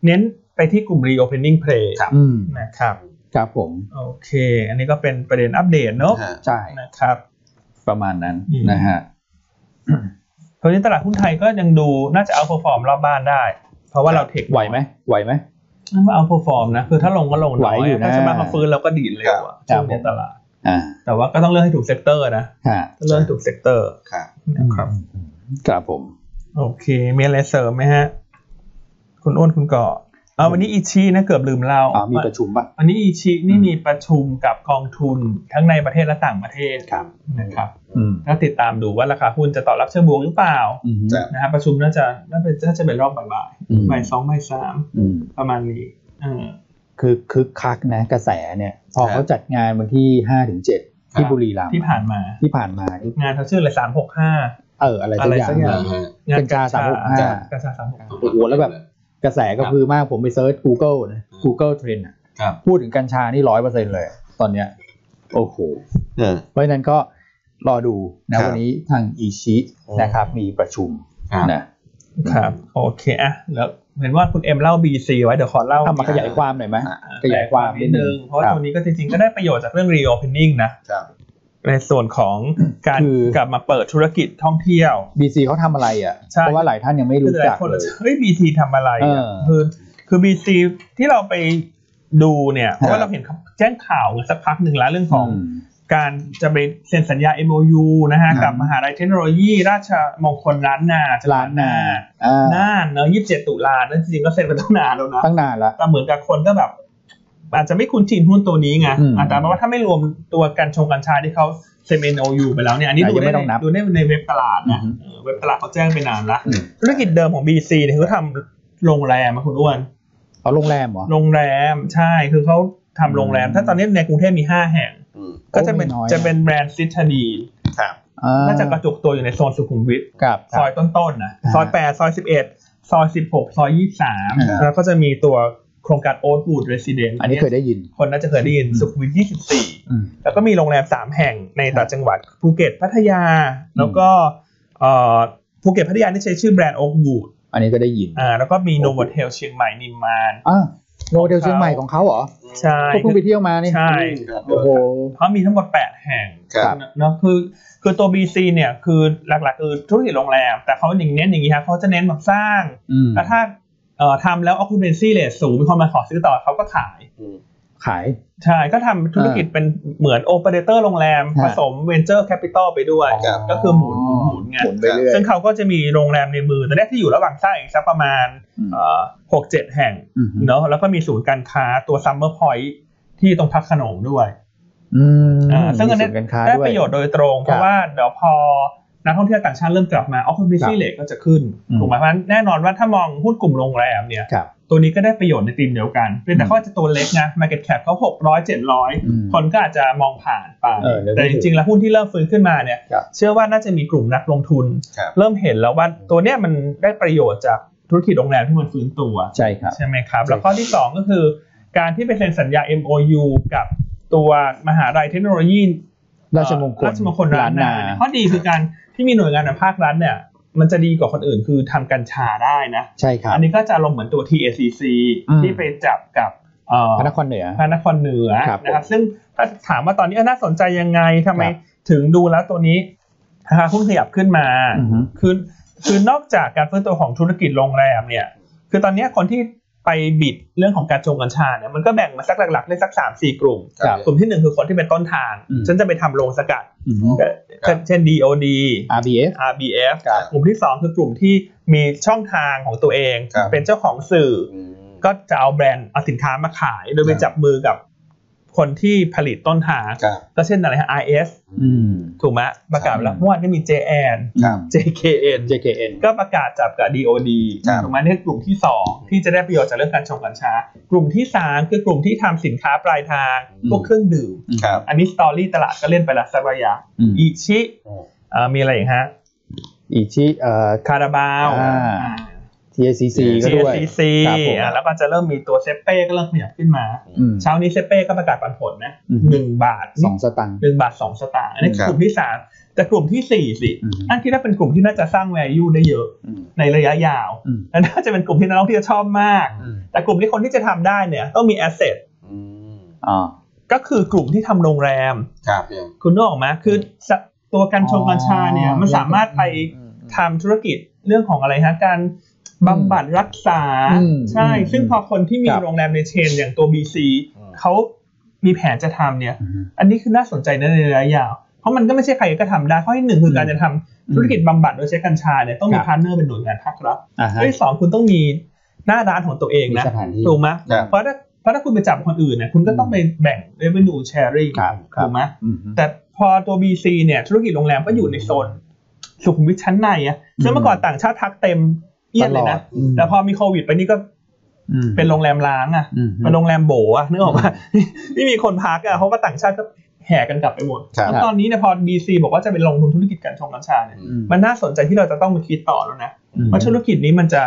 เน้นไปที่กลุ่ม reopening play อืม นะครับ ครับผม โอเค อันนี้ก็เป็นประเด็นอัปเดตเนอะ ฮะ ใช่ นะครับ ประมาณนั้น อืม นะฮะ ตอนนี้ตลาดหุ้นไทยก็ยังดูน่าจะเอาพอฟอร์มรอบบ้านได้ เพราะว่าเราเทค ไหวไหมไหวไหม นั่นว่าเอาพอฟอร์มนะ คือถ้าลงก็ลงน้ ไหวอยู่นะ ถ้าชนะมาฟื้นเราก็ดีดเร็วอะ คช่รับ วงนี้ตลาด อ่า แต่ว่าก็ต้องเลือกให้ถูกเซกเตอร์นะ ฮะ ต้องเลือกให้ถูกเซกเตอร์ ครับ นะครับ ครับผม โอเค มีอะไรเสริมไหมฮะ คุณอ้วนคุณเกาะเอาวันนี้อีชีนะเกือบลืมเรา อ่ามีประชุมปะ วันนี้อีชีนี่ อืม มีประชุมกับกองทุนทั้งในประเทศและต่างประเทศ ครับ นะครับ อืม ก็ติดตามดูว่าราคาหุ้นจะตอบรับเชิงบวกหรือเปล่า อืม จะ นะฮะประชุมน่าจะน่าจะน่าจะเป็นรอบบ่าย อืม ๆบ่ายสองบ่ายสาม อืม ประมาณนี้เออ คือคึกคักนะกระแสเนี่ย พอ ครับ เขาจัดงานวันที่ห้าถึงเจ็ด ครับ ที่บุรีรัมย์ ที่ผ่านมา ที่ผ่านมานี่ งานเขาชื่ออะไรสามหกห้า เอออะไรสัก อะไร อย่า สั ง กอย่าง ฮะ งาน กัญชา365 กาชาสามหก โอ้โหแล้วแบบ กระแสก็คือมากผมไปเซิร์ช Google นะ Google Trend อะ ครับ พูดถึงกัญชานี่ร้อยเปอร์เซ็นเลย ตอนเนี้ย โอ้โห เออ เพราะฉะนั้นก็รอดู ค นะ รับ วันนี้ทางอีชิ อืม นะครับ มีประชุม ครับ นะ ครับ โอเคอะแล้วเห็นว่าคุณเอ็มเล่าบีซีไว้เดี๋ยวขอเล่า เอามาขยายความหน่อยไหม อ่ะ ขยายความ นิดนึง เพราะว่า ค ต บ รงนี้ก็จริงๆ ก็ได้ประโยชน์จากเรื่อง reopening นะ ครับ ในส่วนของการ คือ กลับมาเปิดธุรกิจท่องเที่ยว BC เขาทำอะไรอ่ะ ใช่ เพราะว่าหลายท่านยังไม่ คือรู้หลา จั ย ก คน เลย จะเฮ้ย BC ทำอะไรอ่ะ เออ คือคือ BC ที่เราไปดูเนี่ยเพราะว่า ครับ เราเห็นแจ้งข่าวกันสักพักหนึ่งแล้วเรื่องของ อืม การจะไปเซ็นสัญญา MOU นะฮะ คกัรับบมหาลัยเทคโนโลยีราชมงคลล้านนาจังห ร้า วัน ด นาอ่า น่านเนอะ27 ตุลานั่นจริงๆก็เซ็นไปตั้งนานแล้วนะ ตั้งนานละ แต่เหมือนกับคนก็แบบ อาจจะไม่คุ้นชินหุ้นตัวนี้ไง อืม อาจจะเพราะว่าถ้าไม่รวมตัวกันชงกัญชาที่เขาเซ็นเอ็นโอยูไปแล้วเนี่ยอันนี้ อ่ะ ดู ยังไม่ ได้ ต้องนับ ดูได้ในเว็บตลาดนะ อือฮึ เออเว็บตลาดเขาแจ้งไปนานละ อืม ธุรกิจเดิมของ BC เนี่ยเขาทำโรงแรมมาคุณอ้วน เอาโรงแรมเหรอ โรงแรมใช่คือเขาทำโรงแรม อืม ถ้าตอนนี้ในกรุงเทพมี 5 แห่ง อืม ก็จะเป็น ไม่น้อยนะ จะเป็นแบรนด์ซิตานี ครับ อ่ น่าจะกระจุกตัวอยู่ในโซนสุขุมวิท กับ ซอยต้นๆนะ อ่า ซอยแปดซอยสิบเอ็ดซอยสิบหกซอยยี่สาม อ่า แล้วก็จะมีตัวโค ครงการโอ๊ต o ูดเรส i ิเดน อันนี้เคยได้ยิน คนน่าจะเคยได้ยินสุขุมวิท อืม 24 แล้วก็มีโรงแรม 3 แห่งในต่างจังหวัดภูเก็ตพัทยา แล้วก็เอ่อภูเก็ตพัทยาที่ใช้ชื่อแบรนด์โอ๊ต o ูด อันนี้ก็ได้ยิน อ่าแล้วก็มีโนว o เทลเชียงใหม่นิมมาน อ่ะโนเดลเชียงใหม่ของเขาเหรอ ใช่ เขาเพิ่งไปเที่ยวมานี่ ใช่ ครับ โอ้โห เขามีทั้งหมด 8 แห่ง ครับ เนอะคือคือตัว BC เนี่ยคือหลักๆคือธุรกิจโรงแรม แต่เขาอย่างเน้นอย่างนี้ฮะเขาจะเน้นแบบสร้าง อืม แล้วถ้าเอ่อทำแล้ว occupancy rate สูงมีคนมาขอซื้อต่อเขาก็ขาย ขาย ใช่ ก็ทำธุรกิจเป็นเหมือนโอเปอเรเตอร์โรงแรม ฮะ ผสม venture capital ไปด้วย ครับ ก็คือหมุนหมุนหมุนไง หมุนไปเรื่อย ซึ่งเขาก็จะมีโรงแรมในมือตอนแรกที่อยู่ระหว่างสร้างอีกสักประมาณ อืม เอ่อหกเจ็ดแห่ง อืม เนอะแล้วก็มีศูนย์การค้าตัว summer point ที่ตรงพักขนงด้วย อืม อ่าซึ่งอันเนี้ย มีศูย์การค้า ได้ ด้วย ประโยชน์โดยตรง ครับ เพราะว่าเดี๋ยวพอนักท่องเที่ยวต่างชาติเริ่มกลับมา ครั occupancy บ rate ก็จะขึ้น อืม ถูกไหมเพราะฉะนั้นแน่นอนว่าถ้ามองหุ้นกลุ่มโรงแรมเนี่ย ครับ ตัวนี้ก็ได้ประโยชน์ในธีมเดียวกันเพียงแต่ อืม เขาอาจจะตัวเล็กนะ market cap เขา600 อืม 700 คนก็อาจจะมองผ่านไป เออเดี๋ยว แต่จริงๆ แล้วหุ้นที่เริ่มฟื้นขึ้นมาเนี่ย ครับ เชื่อว่าน่าจะมีกลุ่มนักลงทุน ครับ เริ่มเห็นแล้วว่าตัวเนี้ยมันได้ประโยชน์จากธุรกิจโรงแรมที่มันฟื้นตัว ใช่ครับ ใช่ไหมครับ ใช่ แล้วข้อที่ 2 ก็คือการที่ไปเซ็นสัญญา MOU กับตัวมหาลัยเทคโนโลยี ราชมงคล เอ่อราชมงคลล้านนา ล้ ข้อดีคือการที่มีหน่วยงานในภาครัฐเนี่ย มันจะดีกว่าคนอื่นคือทำกัญชาได้นะ ใช่ครับ อันนี้ก็จะลงเหมือนตัว TACC อืม ที่ไปจับกับเอ่อ พระนครเหนือ พระนครเหนือ ครับ นะครับ ซึ่งถ้าถามว่าตอนนี้น่าสนใจยังไงทำไม ครับ ถึงดูแล้วตัวนี้ราคาหุ้นขยับขึ้นมา อือฮึ คือคือนอกจากการฟื้นตัวของธุรกิจโรงแรมเนี่ย คือตอนเนี้ยคนที่ไปบิดเรื่องของการจงกัญชาเนี่ยมันก็แบ่งมาสักหลักๆได้สักสามสี่กลุ่ม ครับ กลุ่มที่หนึ่งคือคนที่เป็นต้นทาง อืม ฉันจะไปทำโรงสกัด อืม ก็เช่นเช่น DOD RBF RBF ครับ กลุ่มที่สองคือกลุ่มที่มีช่องทางของตัวเอง ครับ เป็นเจ้าของสื่อ อืม ก็จะเอาแบรนด์เอาสินค้ามาขาย โดยไป ครับ จับมือกับคนที่ผลิตต้นทาง ครับ ก็เช่นอะไรฮะ IS อืม ถูกไหมประกาศไปแล้ว ครับ เมื่อวานก็มี JN ครับ JKN JKN ก็ประกาศจับกับ DOD ครับ ถูกไหมนี่คือกลุ่มที่ 2 ที่จะได้ประโยชน์จากเรื่องการชงกัญชา กลุ่มที่ 3 คือกลุ่มที่ทำสินค้าปลายทาง พวกเครื่องดื่ม ครับ อันนี้สตอรี่ตลาดก็เล่นไปละสักระยะ อืม อิชิเอ่อมีอะไรอีกฮะ อีกที่เอ่อ คาราบาว อ่า TACC ก็ด้วย GCC ครับผม อ่ะแล้วก็จะเริ่มมีตัวเซเป้ก็เริ่มขยับขึ้นมา อืม เช้านี้เซเป้ก็ประกาศปันผลนะ อืม หนึ่งบาท สองสตังค์ หนึ่งบาทสองสตางค์อันนี้ ครับ กลุ่มที่สามแต่กลุ่มที่สี่สิ อืม อันที่น่าเป็นกลุ่มที่น่าจะสร้าง value ได้เยอะ อืม ในระยะยาว อืม และน่าจะเป็นกลุ่มที่นักท่องเที่ยวชอบมาก อืม แต่กลุ่มที่คนที่จะทำได้เนี่ยต้องมี asset อืม อ่า ก็คือกลุ่มที่ทำโรงแรม ครับ คุณนึกออกไหมคือสะตัวการชงกัญชาเนี่ย อ๋อ มันสามารถไปทำธุรกิจเรื่องของอะไรฮะการบำบัดรักษา อืม ใช่ อืม ซึ่งพอคนที่มี ครับ โรงแรมในเชน อย่างตัว BC อืม เขามีแผนจะทำเนี่ย อืม อันนี้คือน่าสนใจนะในระยะยาว เพราะมันก็ไม่ใช่ใครก็ทำได้ ข้อที่หนึ่งคือการจะทำธุรกิจบำบัดโดยใช้กัญชาเนี่ยต้องมี ครับ พาร์ทเนอร์เป็นหน่วยงานภาครัฐ อ่าฮะ ข้อที่สองคุณต้องมีหน้าร้านของตัวเอง มี นะ สถานที่ ถูกไหม ครับ เพราะถ้าเพราะถ้าคุณไปจับคนอื่นเนี่ยคุณก็ต้องไปแบ่ง revenue sharing ครับครับ ถูกไหม อืม แต่พอตัว BC เนี่ยธุรกิจโรงแรมก็อยู่ในโซน สุขุมวิทชั้นในอะซึ่งเมื่อก่อนต่างชาติพักเต็มเอียดเลยนะ ตลอดอืม แต่พอมีโควิดไปนี่ก็ ม เป็นโรงแรมล้างอะ อืม เป็นโรงแรมโบอะนึกออกปะ ไม่มีคนพักอะเพราะว่าต่างชาติก็แห่กันกลับไปหมด ครับ แล้วตอนนี้เนี่ยพอ BC บอกว่าจะไปลงทุนธุรกิจการชงกัญชาเนี่ย อืม มันน่าสนใจที่เราจะต้องมาคิดต่อแล้วนะ อืม ว่าธุรกิจนี้มันจะ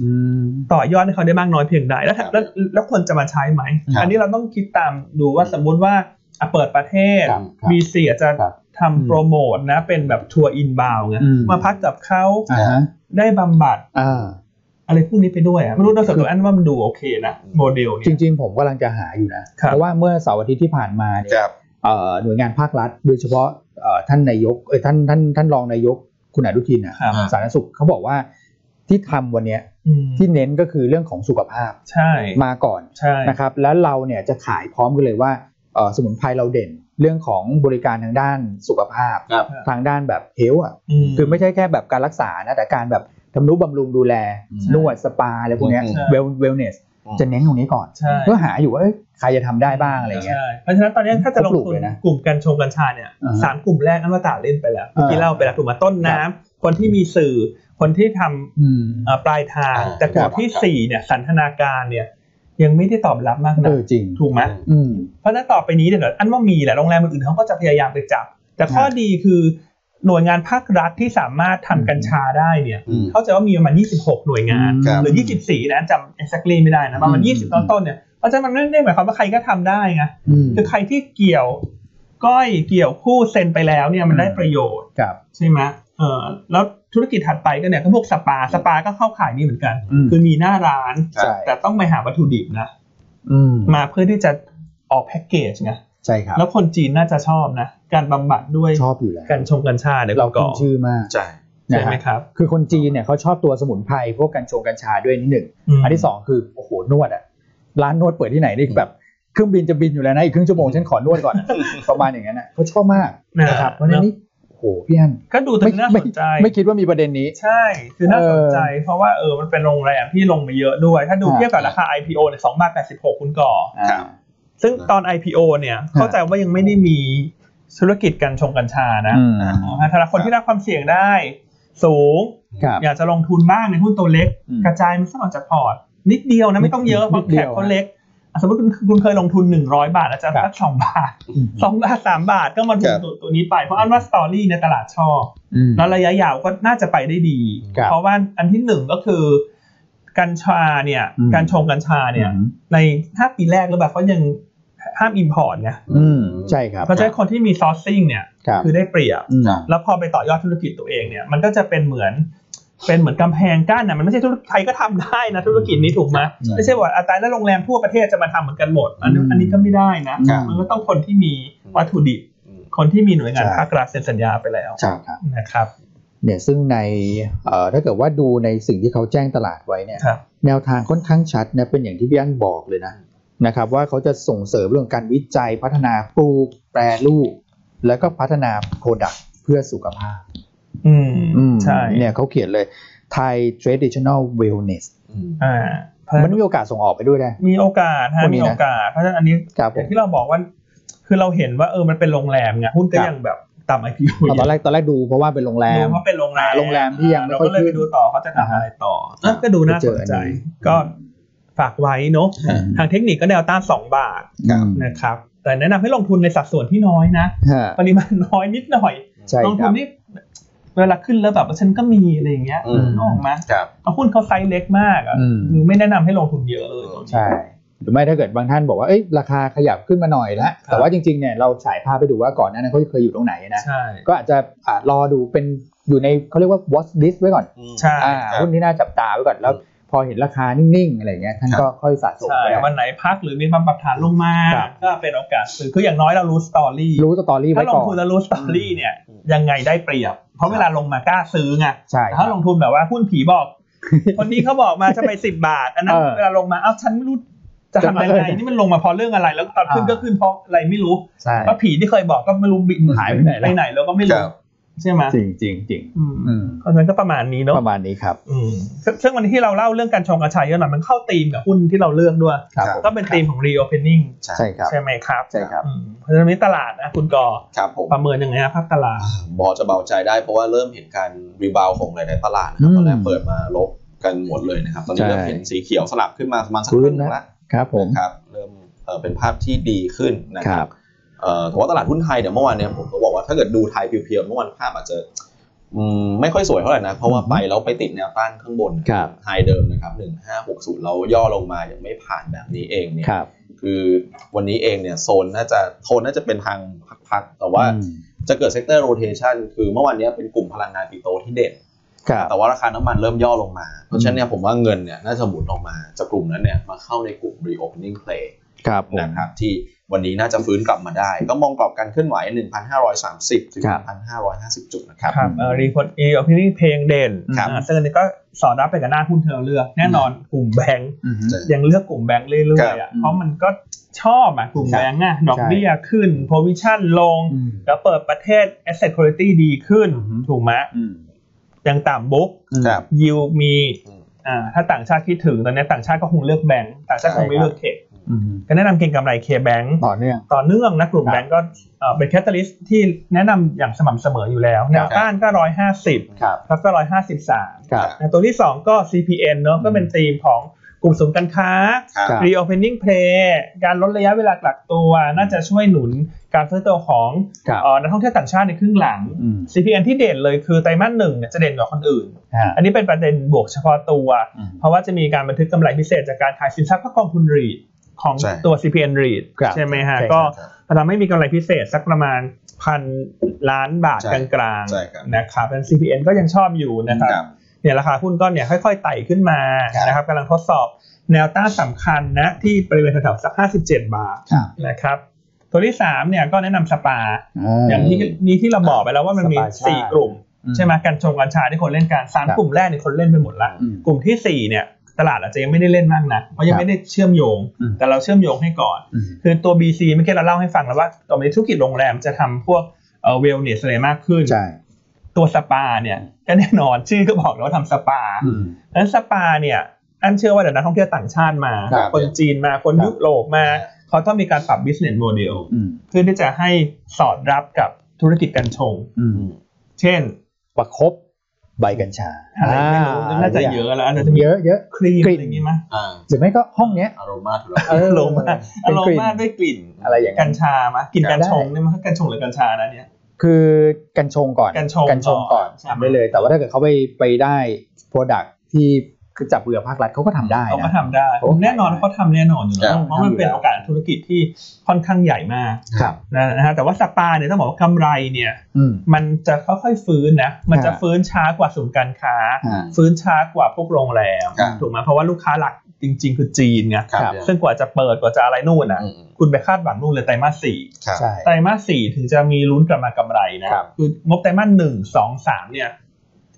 อืม ต่อยอดให้เขาได้มากน้อยเพียงใดแล้วถ้าแล้วแล้วควรจะมาใช้ไหม ครับ อันนี้เราต้องคิดตามดูว่าสมมุติว่าอ่ะเปิดประเทศ ครับครับ BC อาจจะ ครับ ทำโปรโมทนะเป็นแบบทัวร์อินบาวไง อืม มาพักกับเขา อ่าฮะ ได้บำบัด อ่า อะไรพวกนี้ไปด้วยอะไม่รู้นอกจากตัวอันว่ามันดูโอเคนะ โมเดลเนี่ จ ย ริง ๆ ผมกำลังจะหาอยู่นะ ครับ เพราะว่าเมื่อเสาร์อาทิตย์ที่ผ่านมาเนี่ย ครับ เอ่อหน่วยงานภาครัฐ โดยเฉพาะเอ่อท่านนายกเอ้ยท่านท่านท่านรองนายกคุณอนุทินอ่ะ ครับ อ่า สาธารณสุขเขาบอกว่าที่ทำวันเนี้ย อืม ที่เน้นก็คือเรื่องของสุขภาพ ใช่ มาก่อน ใช่ นะครับแล้วเราเนี่ยจะขายพร้อมกันเลยว่าเอ่อสมุนไพรเราเด่น เรื่องของบริการทางด้านสุขภาพ ครับ ทางด้านแบบเฮลอ่ะ ม คือไม่ใช่แค่แบบการรักษานะแต่การแบบทำนุบำรุงดูแล ใช่ นวดสปาอะไรพวกเนี้ย ใช่ เวลเวลเนส อืม จะเน้นตรงนี้ก่อน ใช่ เพื่อหาอยู่ว่าเอ้ยใครจะทำได้บ้างอะไรเงี้ย ใช่เพราะฉะนั้นตอนนี้ถ้าจะลง เขาปลูก ทุน เลยนะ กลุ่มกัญชงกัญชาเนี่ย อ่าฮะ สามกลุ่มแรกอันว่าตาเล่นไปแล้วเมื่อกี้ อ่า เล่าไปแล้วกลุ่มมาต้นน้ำคนที่มีสื่อ คนที่ทำ อืม เอ่อปลายทาง อ่า แต่กลุ่ ครั ม บ ที่สี่เนี่ยสันทนาการเนี่ยยังไม่ได้ตอบรับมาก เอ นะ อจริง ถูกไหม อืม เพราะฉะนั้นต่อไปนี้เนี่ยเดี๋ยวอันว่ามีแหละโรงแรมอื่นๆเขาก็จะพยายามไปจับ แต่ข้อ ครับ ดีคือ หน่วยงานภาครัฐที่สามารถทำกัญชาได้เนี่ย อืม เข้าใจว่ามีประมาณ 26 หน่วยงาน ครับ หรือ 24 นะจำ exactly ไม่ได้นะประมาณ อืม 20 ต้นต้นๆเนี่ยเพราะฉะนั้นมันไม่ได้หมายความว่าใครก็ทำได้ไง อืม คือใครที่เกี่ยวก้อยเกี่ยวคู่เซ็นไปแล้วเนี่ยมันได้ประโยชน์ ครับ ใช่ไหมเออแล้วธุรกิจถัดไปก็เนี่ยก็พวกสปาสปาก็เข้าขายนี่เหมือนกัน อืม คือมีหน้าร้าน ใช่ แต่ต้องไปหาวัตถุดิบนะ อืม มาเพื่อที่จะออกแพ็กเกจไง ใช่ครับ แล้วคนจีนน่าจะชอบนะ การบำบัดด้วย ชอบอยู่แล้ว การชงกัญชาเนี่ย เรา ก่ ขึ้ อน ชื่อมาก ใช่ ใช่ นะ ไหม ฮะ ครับ คือคนจีนเนี่ยเขาชอบตัวสมุนไพรพวกกัญชงกัญชาด้วยนิดหนึ่ง ม อันที่สองคือโอ้โหนวดอ่ะร้านนวดเปิดที่ไหนนี่แบบเครื่องบินจะบินอยู่แล้วนะอีกครึ่งชั่วโมงฉันขอนวดก่อน อะ ประมาณอย่างนั้นอ่ะเขาชอบมากนะครับเพราะฉะนั้นนี่โอ้โหพี่อัน ก็ดูถึงน่าสนใจ ไม่คิดว่ามีประเด็นนี้ ใช่ คือน่าสนใจ เออ เพราะว่าเออมันเป็นโรงแรมที่ลงมาเยอะด้วย ถ้าดู อ่า เทียบกับราคา IPO เนี่ยสองบาทแปดสิบหกคุณก่อ ครับ ซึ่งตอน IPO เนี่ยเข้าใจว่ายังไม่ได้มีธุรกิจการชงกัญชานะ อืม อ่าถ้าคนที่รับความเสี่ยงได้ สูง ครับ อยากจะลงทุนบ้างในหุ้นตัวเล็ก อืม กระจายมันสักหน่อยจากพอร์ต นิดเดียวนะไม่ต้องเยอะเพ นิ ราะ ด แข เดี ก ยว คนเล็กอ่ะสมมติคุณคุณเคยลงทุน 100 บาทอาจารย์ ครับ สักสองบาท สองบาทสามบาทก็มาล ค ง รับ ตัวตัวนี้ไป เพราะอันว่าสตอรี่ในยตลาดชอบ อืม แล้วระยะยาวก็น่าจะไปได้ดี ครับ เพราะว่าอันที่หนึ่งก็คือ กัญชาเนี่ย อืม การชงกัญชาเนี่ย อืม ในห้าปีแรกหรือแบบเขายังห้ามอิมพอร์ตไง อืมใช่ครับ เพราะฉะนั้นคนที่มีซอร์ซิ่งเนี่ย ครับ คือได้เปรียบ อืม แล้วพอไปต่อยอดธุรกิจตัวเองเนี่ย มันก็จะเป็นเหมือน เป็นเหมือนกำแพงกั้นนะมันไม่ใช่ธุรกิจใครก็ทำได้นะธุรกิจนี้ถูกไหมไม่ใช่ว่าอาจารย์และโรงแรมทั่วประเทศจะมาทำเหมือนกันหมด อันนี้อันนี้ก็ไม่ได้นะ ครับ มันก็ต้องคนที่มีวัตถุดิบ อืม คนที่มีหน่วยงานภาครัฐเซ็นสัญญาไปแล้ว ใช่ครับ นะครับ เนี่ยซึ่งในเอ่อถ้าเกิดว่าดูในสิ่งที่เขาแจ้งตลาดไว้เนี่ย ครับ แนวทางค่อนข้างชัดนะเป็นอย่างที่พี่อั้นบอกเลยนะนะครับว่าเขาจะส่งเสริมเรื่องการวิจัยพัฒนาปลูกแปรรูป แล้วก็พัฒนาโปรดักต์เพื่อสุขภาพ อืม อืม ใช่ เนี่ยเขาเขียนเลย Thai Traditional Wellness อืม อ่าเพราะฉะ มั นั้น น มีโอกาสส่งออกไปด้วยนะ มีโอกาส พ ฮะ วกนี้ มี นะ โอกาส เพราะฉะนั้นอันนี้ ครับ อ ผ ย่าม งที่เราบอกว่า คือเราเห็นว่าเออมันเป็นโรงแรมไงหุ้นก็ยังแบบต่ำไอพีโอ เอาตอนแรกตอนแรกดูเพราะว่าเป็นโรงแรม ดูว่าเป็นโรงแรม อ่าโรงแรมที่ยังไม่ เรา ค่อย ก็เลย ขึ้ ไป น ดูต่อเขาจะทำอะไรต่อเอ้ยก็ดูน่าสนใจ ไปเจออันนี้ ก็ฝากไว้เนอะ อ่า ทางเทคนิคก็แนวต้านสองบาท ครับ นะครับ แต่แนะนำให้ลงทุนในสัดส่วนที่น้อยนะ ฮะ ปริมาณน้อยนิดหน่อย ใช่ ลงทุครั น บ นี่เวลาขึ้นแล้วแบบว่าฉันก็มีอะไรอย่างเงี้ย อืม นึกออกไหม ครับ เอาหุ้นเขาไซส์เล็กมากอ่ะ อืม คือไม่แนะนำให้ลงทุนเยอะเลยตัวนี้ ใช่หรือไม่ถ้าเกิดบางท่านบอกว่าเอ้ยราคาขยับขึ้นมาหน่อยละ ครั แต่ บ ว่าจริงๆเนี่ยเราฉายภาพไปดูว่าก่อนหน้านั้นเขาเคยอยู่ตรงไหนนะ ใช่ ก็อาจจะอ่ารอดูเป็นอยู่ในเขาเรียกว่า watch list ไว้ก่อน ใช่ อ่า ครับ หุ้นที่น่าจับตาไว้ก่อน แล้ว อืม พอเห็นราคานิ่งๆ อะไรเงี้ยท่าน ครับ ก็ค่อยสะสม ใช่ ไป วันไหนพักหรือมีความปรับฐานลงมา ครับ ก็เป็นโอกาสซื้อคืออย่างน้อยเรารู้สตอรี่ รู้สตอรี่ ถ้า ไว้ ล ก่ ง อน ทุนแล้วรู้สตอรี่เนี่ย อืม ยังไงได้เปรียบ เพราะเวลาลงมากล้าซื้อไง ใช่ แต่ ครั ถ้า บ ลงทุนแบบว่าหุ้นผีบอก คนนี้เขาบอกมาจะไปสิบบาท อันนั้น เออ เวลาลงมาเอ้าวฉันไม่รู้จะทำยังไง จะทำยังไง นี่มันลงมาเพราะเรื่องอะไรแล้วตอนขึ้น อ่า ก็ขึ้นเพราะอะไรไม่รู้ ใช่ เพราะผีที่เคยบอกก็ไม่รู้บินหายไปไหนแล้วก็ไม่ ค รู้ รับ ใช่ไหม จริงจริงจริง อืม อืม เพราะฉะนั้นก็ประมาณนี้เนาะ ประมาณนี้ครับ อืมซึ่งซึ่งวันที่เราเล่าเรื่องการชงกระชายเยอะหน่อยมันเข้าธีมกับหุ้นที่เราเลือกด้วย ครับ ครับ ผม ก็เป็นธีมของ reopening ใช่ครับ ใช่ไหมครับ ใช่ครับ อืมเพราะฉะนั้นตลาดนะคุณก่อ ครับผม ประเมินยังไงนะภาพตลาด บอจะเบาใจได้เพราะว่าเริ่มเห็นการรีบาวของหลายๆตลาดนะครับอืม ตอนแรกเปิดมาลบกันหมดเลยนะครับ ตอนนี้ ใช่ เริ่มเห็นสีเขียวสลับขึ้นมาประมาณสัก ฟื้ คน รึ่งหนึง นะ ละ ครับผม นะครับเริ่มเอ่อเป็นภาพที่ดีขึ้นนะค ครั รับบ เอ่อแต่ว่าตลาดหุ้นไทยเนี่ยเมื่อวานเนี่ยผมก็บอกว่าถ้าเกิดดูไทยเพียวๆเมื่อวานภาพอาจจะอืมไม่ค่อยสวยเท่าไหร่นะ เพราะว่าไปแล้วไปติดแนวต้านข้างบน ครับ ไฮเดิมนะครับ1560เราย่อลงมายังไม่ผ่านแบบนี้เองเนี่ย ครับ คือวันนี้เองเนี่ยโซนน่าจะโทนน่าจะเป็นทางพักๆแต่ว่า อืม จะเกิดเซกเตอร์โรเ t ชันคือเมื่อวานเนี้ยเป็นกลุ่มพลังงานปิโตรที่เด่น ครับ แต่ว่าราคาน้ำมันเริ่มย่อลงมา เพราะฉะนั้นเนี่ยผมว่าเงินเนี่ยน่าจะหมุนออกมาจากกลุ่มนั้นเนี่ยมาเข้าในกลุ่ม reopening play ครับผม นะครับที่วันนี้น่าจะฟื้นกลับมาได้ ก็มองกรอบการเคลื่อนไหว 1,530 ถึง ครับ 1,550 จุดนะครับ ครับเออรีพอร์ตเออพินิเพลงเด่น ครับ อ่าซึ่งอันนี้ก็สอดรับไปกับหน้าหุ้นเธอเลือก แน่นอนกลุ่มแบงก์ อืม จะ ยังเลือกกลุ่มแบงก์เรื่อยๆ ครั อ่ะ บ เพราะมันก็ชอบอ่ะกลุ่ม ครัแบบงก์อ่ะดอกเบี้ยขึ้น provision ลง อืม แล้วเปิดประเทศ asset quality ดีขึ้น อือฮึ ถูกไหม อืม ยังต่ำบุ๊ก ครับ ยิวมี อืม อ่าถ้าต่างชาติคิดถึงตอนนี้ต่างชาติก็คงเลือกแบงก์ต่างชาติคงไม่เลือกเทค อืม ก็แนะนำเก็งกำไรเคแบงก์ ต่อเนื่อง ต่อเนื่องนะกลุ่ม ครับ แบงก์ก็เอ่อเป็นแคตตาลิสที่แนะนำอย่างสม่ำเสมออยู่แล้วแนวต้านก็ร้อยห้าสิบ ครับ แล้วก็ร้อยห้าสิบสาม ครับ ตัวที่สองก็ CPN เนอะก็เป็นธีมของกลุ่มศูนย์การค้า ครับ ครับ reopening play การลดระยะเวลากักตัวน่าจะช่วยหนุน การฟื้นตัวของ ครับ เอ่อนักท่องเที่ยวต่างชาติในครึ่งหลัง อืม CPN ที่เด่นเลยคือไตรมาสหนึ่งเนี่ยจะเด่นกว่าคนอื่น ฮะ อันนี้เป็นประเด็นบวกเฉพาะตัว อืม เพราะว่าจะมีการบันทึกกำไรพิเศษจากการขายสินทรัพย์เพื่อกองทุนรีดของ ใช่ ตัว CPN รีด ครับ ใช่ไหมฮะ ใช่ครับ ก็ ครับ ทำให้มีกำไรพิเศษสักประมาณพันล้านบาท ใช่ กลาง ใช่ครับ ๆนะครับเป็น CPN ก็ยังชอบอยู่นะครับ ครับ เนี่ยราคาหุ้นก็เนี่ยค่อยๆไต่ขึ้นมา ครับ นะครับกำลังทดสอบแนวต้านสำคัญนะที่บริเวณแถวๆสัก 57 บาท ครับ นะครับ ตัวที่ 3 เนี่ยก็แนะนำสปา อ่า อย่างที่นี้ที่เราบอกไปแล้วว่ามันมี สปาชา 4 กลุ่ม ใช่ไหมกันชงกัญชาที่คนเล่นกันสาม ครับ กลุ่มแรกเนี่ยคนเล่นไปหมดละ อืม กลุ่มทีสี่4เนี่ยตลาดอาจจะยังไม่ได้เล่นมากนะเพราะยังครับ ไม่ได้เชื่อมโยง อืม แต่เราเชื่อมโยงให้ก่อน อืม คือตัว BC เมื่อกี้เราเล่าให้ฟังแล้วว่าตอนนี้ธุรกิจโรงแรมจะทำพวกเอ่อเวลเนสอะไรมากขึ้น ใช่ ตัวสปาเนี่ยก็แน่นอนชื่อก็บอกแล้วว่าทำสปา อืม แล้วสปาเนี่ยอันเชื่อว่าเดี๋ยวนักท่องเที่ยวต่างชาติมา ครับ คนจีนมาคน ครับ ยุโรปมา เขาต้องมีการปรับ business model อืม เพื่อที่จะให้สอดรับกับธุรกิจกัญชง อืม เช่น ประคบใบกัญชา อะไรไม่รู้ อ่ น่าจะเยอะแล้วน่าจะมี เยอะเยอะ ครีม กลิ่ อะ น ไรอย่างงี้มั้ย อ่า หรือไม่ก็ห้องเนี้ย อารมาธุรกิจ เออ โลมา เป็น ล กลิ่น มาด้วยกลิ่น อะไรอย่าง กั นั้ ญ น ชามะกลิ่น ได้ กัญชงเนี่ยมันคือกัญชงหรือกัญชานะเนี่ย คือกัญชงก่อน กัญชง ก่อน ใช่ ทำได้เลย แต่ว่าถ้าเกิดเขาไปไปได้ Product ที่คือจับเรือภาครัฐเขาก็ทำได้ เขาก็ นะ ทำได้ โอ้โห แน่นอนเขาทำแน่นอนอยู่แล้วเพราะมันเป็นโอกาสธุรกิจที่ค่อนข้างใหญ่มาก ครับ นะฮะแต่ว่าสปาเนี่ยต้องบอกว่ากำไรเนี่ย อืม มันจะค่อยๆฟื้นนะ มันจะ อ่า ฟื้นช้ากว่าศูนย์การค้า อ่า ฟื้นช้ากว่าพวกโรงแรม ครับ ถูกไหมเพราะว่าลูกค้าหลักจริง ๆ คือจีนไง ครับ ครับ ซึ่งกว่าจะเปิดกว่าจะอะไรนู่นนะ อืมอืม คุณไปคาดหวังนู่นเลยไตรมาสสี่ ครับ ใช่ ไตรมาสสี่ถึงจะมีลุ้นกลับมากำไรนะครับ คืองบไตรมาสหนึ่งสองสามเนี่ย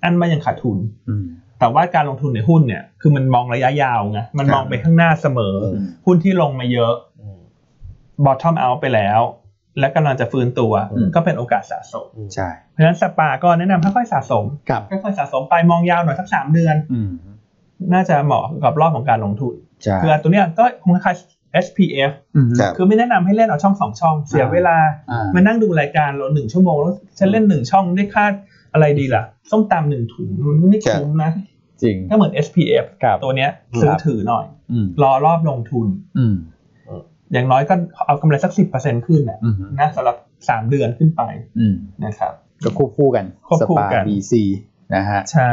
อันมันยังขาดทุน อืม แต่ว่าการลงทุนในหุ้นเนี่ย คือมันมองระยะยาวไง มันมองไปข้างหน้าเสมอ อืม หุ้นที่ลงมาเยอะ อืม bottom out ไปแล้ว และกำลังจะฟื้นตัว อืม ก็เป็นโอกาสสะสม ใช่ เพราะฉะนั้นสปาก็แนะนำค่อยๆสะสม ครับ ค่อยๆสะสมไปมองยาวหน่อยสักสามเดือน อืม น่าจะเหมาะกับรอบของการลงทุน ใช่ คืออันตัวเนี้ยก็คงคล้ายๆ SPF อืม ครับ คือไม่แนะนำให้เล่นเอาช่องสองช่อง เสีย อ่า เวลา อ่า มานั่งดูรายการเราหนึ่งชั่วโมงแล้วฉันเล่นหนึ่งช่องได้ค่าอะไรดีล่ะ ส้มตำหนึ่งถุงมันไม่คุ้มนะ จริง ก็เหมือน SPF ครับ ตัวเนี้ย ครับ ซื้อถือหน่อย อืม รอรอบลงทุน อืม อย่างน้อยก็เอากำไรสักสิบเปอร์เซ็นขึ้นนะ อืม นะสำหรับสามเดือนขึ้นไป อืม นะครับ ก็ควบคู่กัน ควบ ส คู่ ปา กัน บีซีนะฮะ ใช่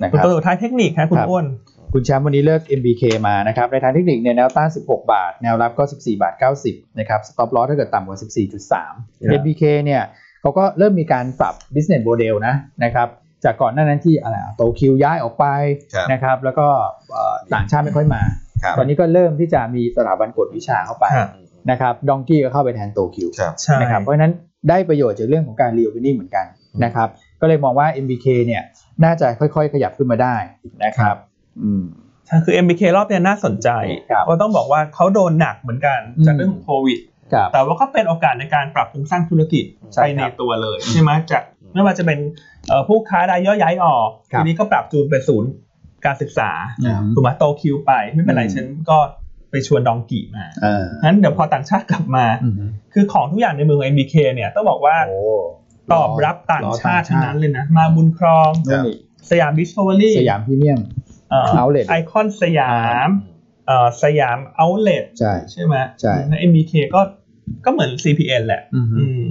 นะค คุณ รับ ตัวสุดท้ายเทคนิคครับคุณครับ อ้วน คุณแชมป์วันนี้เลือก MBK มานะครับ ในทางเทคนิคเนี่ยแนวต้าน 16 บาท แนวรับก็ 14 บาท 90 นะครับ สต็อปลอสถ้าเกิดต่ำกว่า ครับ 14.3 MBK เนี่ยเขาก็เริ่มมีการปรับ business model นะนะครับ จากก่อนหน้านั้นที่อะไรอะโตคิวย้ายออกไป ครับ นะครับ แล้วก็เอ่อต่างชาติไม่ค่อยมา ครับ ตอนนี้ก็เริ่มที่จะมีสถาบันกวดวิชาเข้าไป ครับ นะครับ ดองกี้ก็เข้าไปแทนโตคิว ครับ ใช่ นะครับเพราะฉะนั้นได้ประโยชน์จากเรื่องของการรีโอเพนนิ่งเหมือนกันนะครับ ก็เลยมองว่า MBK เนี่ยน่าจะค่อยๆ ขยับขึ้นมาได้นะครับ อืม ใช่คือ MBK รอบเนี้ยน่าสนใจ ครับ เพราะต้องบอกว่าเขาโดนหนักเหมือนกัน อืม จากเรื่องของโควิด ครับ แต่ว่าก็เป็นโอกาสในการปรับโครงสร้างธุรกิจ ใช่ ไป ครับ ในตัวเลยใช่ไหมจากไม่ว่าจะเป็นเอ่อผู้ค้ารายย่อยย้ายออก ครับ ทีนี้ก็ปรับจูนไปศูนย์การศึกษา อืม ถูกไหมโตคิวไปไม่เป็นไร อืม ฉันก็ไปชวนดองกีมา เออ งั้นเดี๋ยวพอต่างชาติกลับมา อืม คือของทุกอย่างในเมือง MBK เนี่ยต้องบอกว่า โอ้ ตอบรับต่างชาติทั้งนั้นเลยนะ มาบุญครอง นู่นนี่ สยามดิส c o เวอรี่ สยามพรีเมียม Outlet ไอคอนสยามเอ่อสยามเอาเลท ใช่ ใช่ไหม ใช่ แล้ว MBK ก็ก็เหมือน CPN แหละ อืม อืม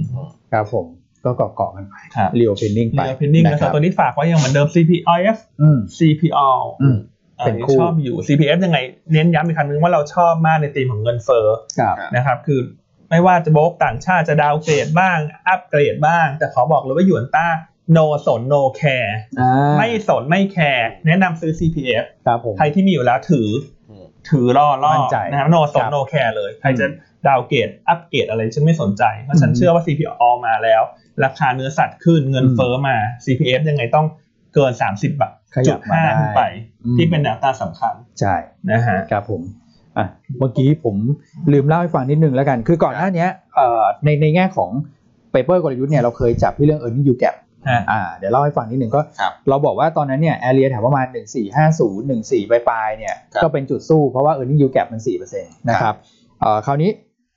ครับผมก็เกาะๆกันไป ครับ รีโอเพนนิ่งไป เดี๋ยวพินนิ่ง นะ นะ ค ค รั รั บบ ตัวนี้ฝากไว้ยังเหมือนเดิม CPIF อืม CPO อืม อ่า เป็นคู่ ชอบอยู่ CPF ยังไง เน้นย้ำอีกครั้งนึงว่าเราชอบมากในธีมของเงินเฟ้อ ครับ นะครับ คือไม่ว่าจะโบกต่างชาติจะดาวเกรดบ้าง อัปเกรดบ้าง แต่ขอบอกเลยว่าหยวนต้า no สน no care อ่า ไม่สนไม่แคร์แนะนำซื้อ CPF ครับผม ใครที่มีอยู่แล้วถือ ถือล่อล่อ มั่นใจ นะครับ no ส คน รับ no care เลย ใครจะดาวเกรดอัปเกรดอะไรฉันไม่สนใจ เพราะฉันเชื่อว่า CPO มาแล้ว ราคาเนื้อสัตว์ขึ้นเงินเฟ้อมา CPF ยังไงต้องเกิน 30 บาท ขยั จุ บ ด มา ห้า ได้ ขึ้นไป อืม ที่เป็นแนวต้านสำคัญ ใช่ นะฮะ ครับผมอ่ะเมื่อกี้ผมลืมเล่าให้ฟังนิดนึงแล้วกัน คือก่อนหน้าเนี้ยเอ่อในในแง่ของเปเปอร์กลยุทธ์เนี่ยเราเคยจับที่เรื่อง e a r n i n g you gap ฮะ อ่าเดี๋ยวเล่าให้ฟังนิดนึงก็ ครับ เราบอกว่าตอนนั้นเนี่ยแอเรียแถวประมาณ 1450 14ปลายๆเนี่ย ครับ ก็เป็นจุดสู้เพราะว่า e a r n i n g you gap มัน4%นะครับเอ่อคราวนี้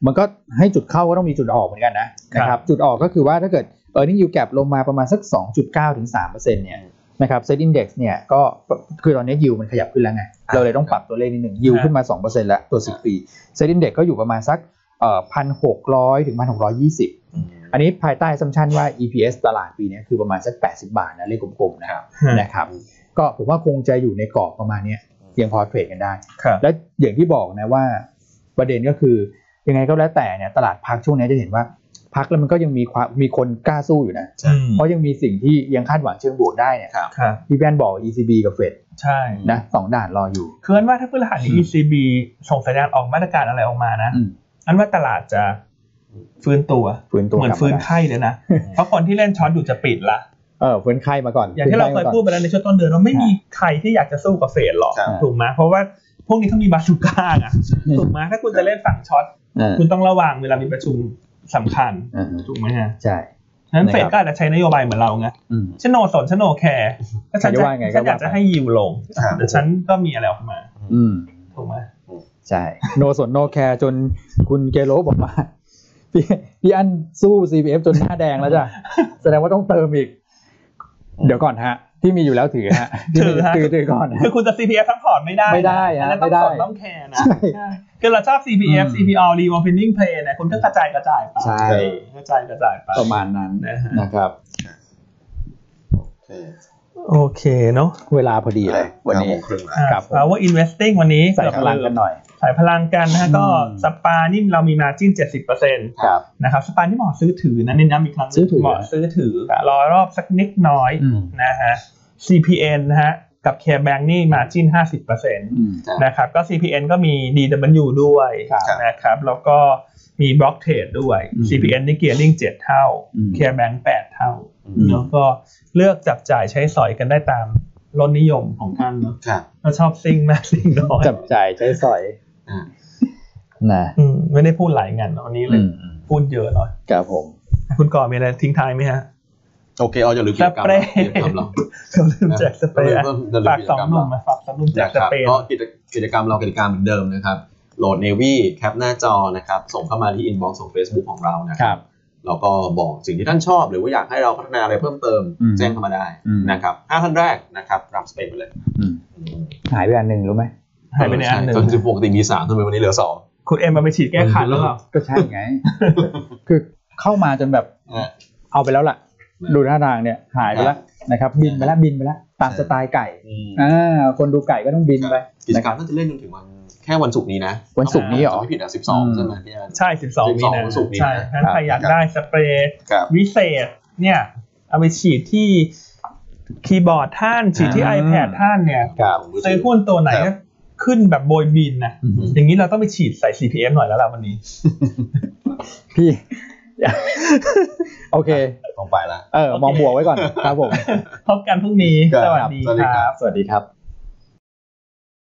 มันก็ให้จุดเข้าก็ต้องมีจุดออกเหมือนกันนะนะค ครั รับบ จุดออกก็คือว่าถ้าเกิด e a r n i n g you gap ลงมาประมาณสัก 2.9ถึง3%เนี่ย นะครับเซตอินดี x เนี่ยก็คือตอนนี้ยิวมันขยับขึ้นแล้วไง เราเลยต้องปรับตัวเลขนิดหนึ่งยิวขึ้นมา 2%แล้วตัว 10 ปีเซตอินดี x ก็อยู่ประมาณสัก พันหกร้อยถึงพันหกร้อยี่สิบอันนี้ภายใต้สัมชันว่า EPS ตลาดปีเนี้ยคือประมาณสัก 80 บาทนะเลขกลมๆนะครับนะครับ ก็ผมว่าคงจะอยู่ในกรอบประมาณเนี้ยยังพอเทรดกันได้ ครับ และอย่างที่บอกนะว่าประเด็นก็คือยังไงก็แล้วแต่เนี่ยตลาดพักช่วงนี้จะเห็นว่า พักแล้วมันก็ยังมีความมีคนกล้าสู้อยู่นะ ใช่ อืม เพราะยังมีสิ่งที่ยังคาดหวังเชิงบวกได้เนี่ย ครับ ครับ ที่แบนบอก ECB กับเฟด ใช่ นะสองด่านรออยู่ คืออันว่าถ้าพฤหัสนี้ ECB ส่งสัญญาณออกมาตรการอะไรออกมานะ อืม อันว่าตลาดจะฟื้นตัว ฟื้นตัว เหมือน กลับ ฟื้น มาได้ ไข้เลยนะ เพราะคนที่เล่นช้อนอยู่จะปิดละ เออฟื้นไข้มาก่อน อย่างที่เราเคยพูดไปแล้วในช่วงต้นเดือนว่าไม่มีใครที่อยากจะสู้กับเฟดหรอก ครับ ถูกไหมเพราะว่าพวกนี้เขามีบาซูก้าอ่ะถูกไหมถ้าคุณจะเล่นฝั่งช็อต อ่า คุณต้องระวังเวลามีประชุมสำคัญ อ่า ถูกไหมฮะ ใช่ ฉะนั้น นะครับ เฟดก็อาจจะใช้นโยบายเหมือนเราไง อืม ฉันโนสนฉันโนแคร์แล้วฉันจะใครจะว่าไงก็ ฉันอยาก ว่า จะ ไป ให้ยิวลง ครับ แต่ฉันก็มีอะไรออกมา อืม ถูกไหม ใช่ โนสนโนแคร์จนคุณเกโรบอกว่า พี่พี่อันสู้ CPF จนหน้าแดงแล้วจ้ ะ แสดงว่าต้องเติมอีก เดี๋ยวก่อนฮะ ที่มีอยู่แล้วถือฮะที่มี ถือฮะ ถือถือก่อน คือ ฮะ คุณจะ CPF ทั้งพอร์ตไม่ได้นะ ไม่ได้อะ อันนั้นต้อง ไม่ได้ สนต้องแคร์นะ ใช่ ใช่คือเราชอบ CPF อืม CPR reopening play นะคุณก็กระจายกระจายไป ใช่ กระจายกระจายไป ประมาณนั้น นะฮะ นะครับ โอเค โอเคเนาะ เวลาพอดีเลย วันนี้ครึ่งละ ครับผม เอาว่า investing วันนี้ ใส่พลังกันหน่อย ใส่พลังกันนะฮะก็ อืม สปานี่เรามี margin 70% ครับ นะครับสปานที่เหมาะซื้อถือนะเน้นย้ำอีกครั้ง ซื้อถือ เหมาะซื้อถือ รอรอบสักนิดน้อย อืม นะฮะ CPN นะฮะกับ Care Bank นี่ margin 50% อืม นะครับก็ CPN ก็มี DW ด้วย ครับ นะครับแล้วก็มี Block Trade ด้วย อืม CPN นี่ gearing 7 เท่า อืม Care Bank 8 เท่า อืม เนาะก็เลือกจับจ่ายใช้สอยกันได้ตามรสนิยมของท่านเนาะ ครับ เราชอบซิ่งมากซิ่งน้อย จับจ่ายใช้สอย อ่า นะ อืมไม่ได้พูดหลายงานวันนี้เล อื ย ม พูดเยอะหน่อย ครับผม คุณก่อมีอะไรทิ้งท้ายไหมฮะ โอเคเอาอย่าลืมกิจกรรมเรากิจกรรมเรา อย่าลืมแจกสเปรย์ อย่าลืมอย่าลืม ฝากสองหนุ่กิจกรรมม มาฝากสองหนุ่มแจ นะ ก ค ส รับ เปรย์ ก็กิจกิจกรรมเรากิจกรรมเหมือนเดิมนะครับ โหลด Navy แคปหน้าจอนะครับ ส่งเข้ามาที่ inbox ของ Facebook ของเรานะ ค ค รั รับ บ แล้วก็บอกสิ่งที่ท่านชอบหรือว่าอยากให้เราพัฒนาอะไรเพิ่มเติม อืม แจ้งเข้ามาได้ อืม นะครับห้าท่านแรกนะครับ รับสเปคไปเลย อืมหายไปอันหนึ่งรู้ไหม หายไปในอันหนึ่ง จนถึงปกติมีสามทำไมวันนี้เหลือสอง คุณเอ็มมาไปฉีดแก้ขันหรือเปล่า ก็ใช่ไง คือเข้ามาจนแบบ เอาไปแล้วล่ะ นะ ดูท่าทางเนี่ยหายไปแล้วนะครับ บินไปแล้วบินไปแล้วตาม ใช่ สไตล์ไก่ อืม อ่าคนดูไก่ก็ต้องบินไป กิจ นะ ก ค รร รับ มน่าจะเล่นจนถึงวันแค่วันศุกร์นี้นะ วันศุกร์นี้เหรอ จำไม่ผิดอ่ะสิบสอง อืม ใช่ไหมพี่อัน ใช่สิบสองมีนา วันศุกร์นี้นะ ใช่งั้นใครอยากได้สเปรย์ ครับ วิเศษเนี่ยเอาไปฉีดที่คีย์บอร์ดท่านฉีดที่ อ่า iPad ท่านเนี่ย ครับ ซื้อหุ้นตัวไหน ครับ ขึ้นแบบโบยบินนะ อืม อย่างนี้เราต้องไปฉีดใส่ CPM หน่อยแล้วล่ะวันนี้ พี่ โอเค ตรงไปละ เออ มองบวกไว้ก่อนครับผม พบกันพรุ่งนี้ ครับ สวัสดี สวัสดี ค ครั รับ บ สวัสดีครับ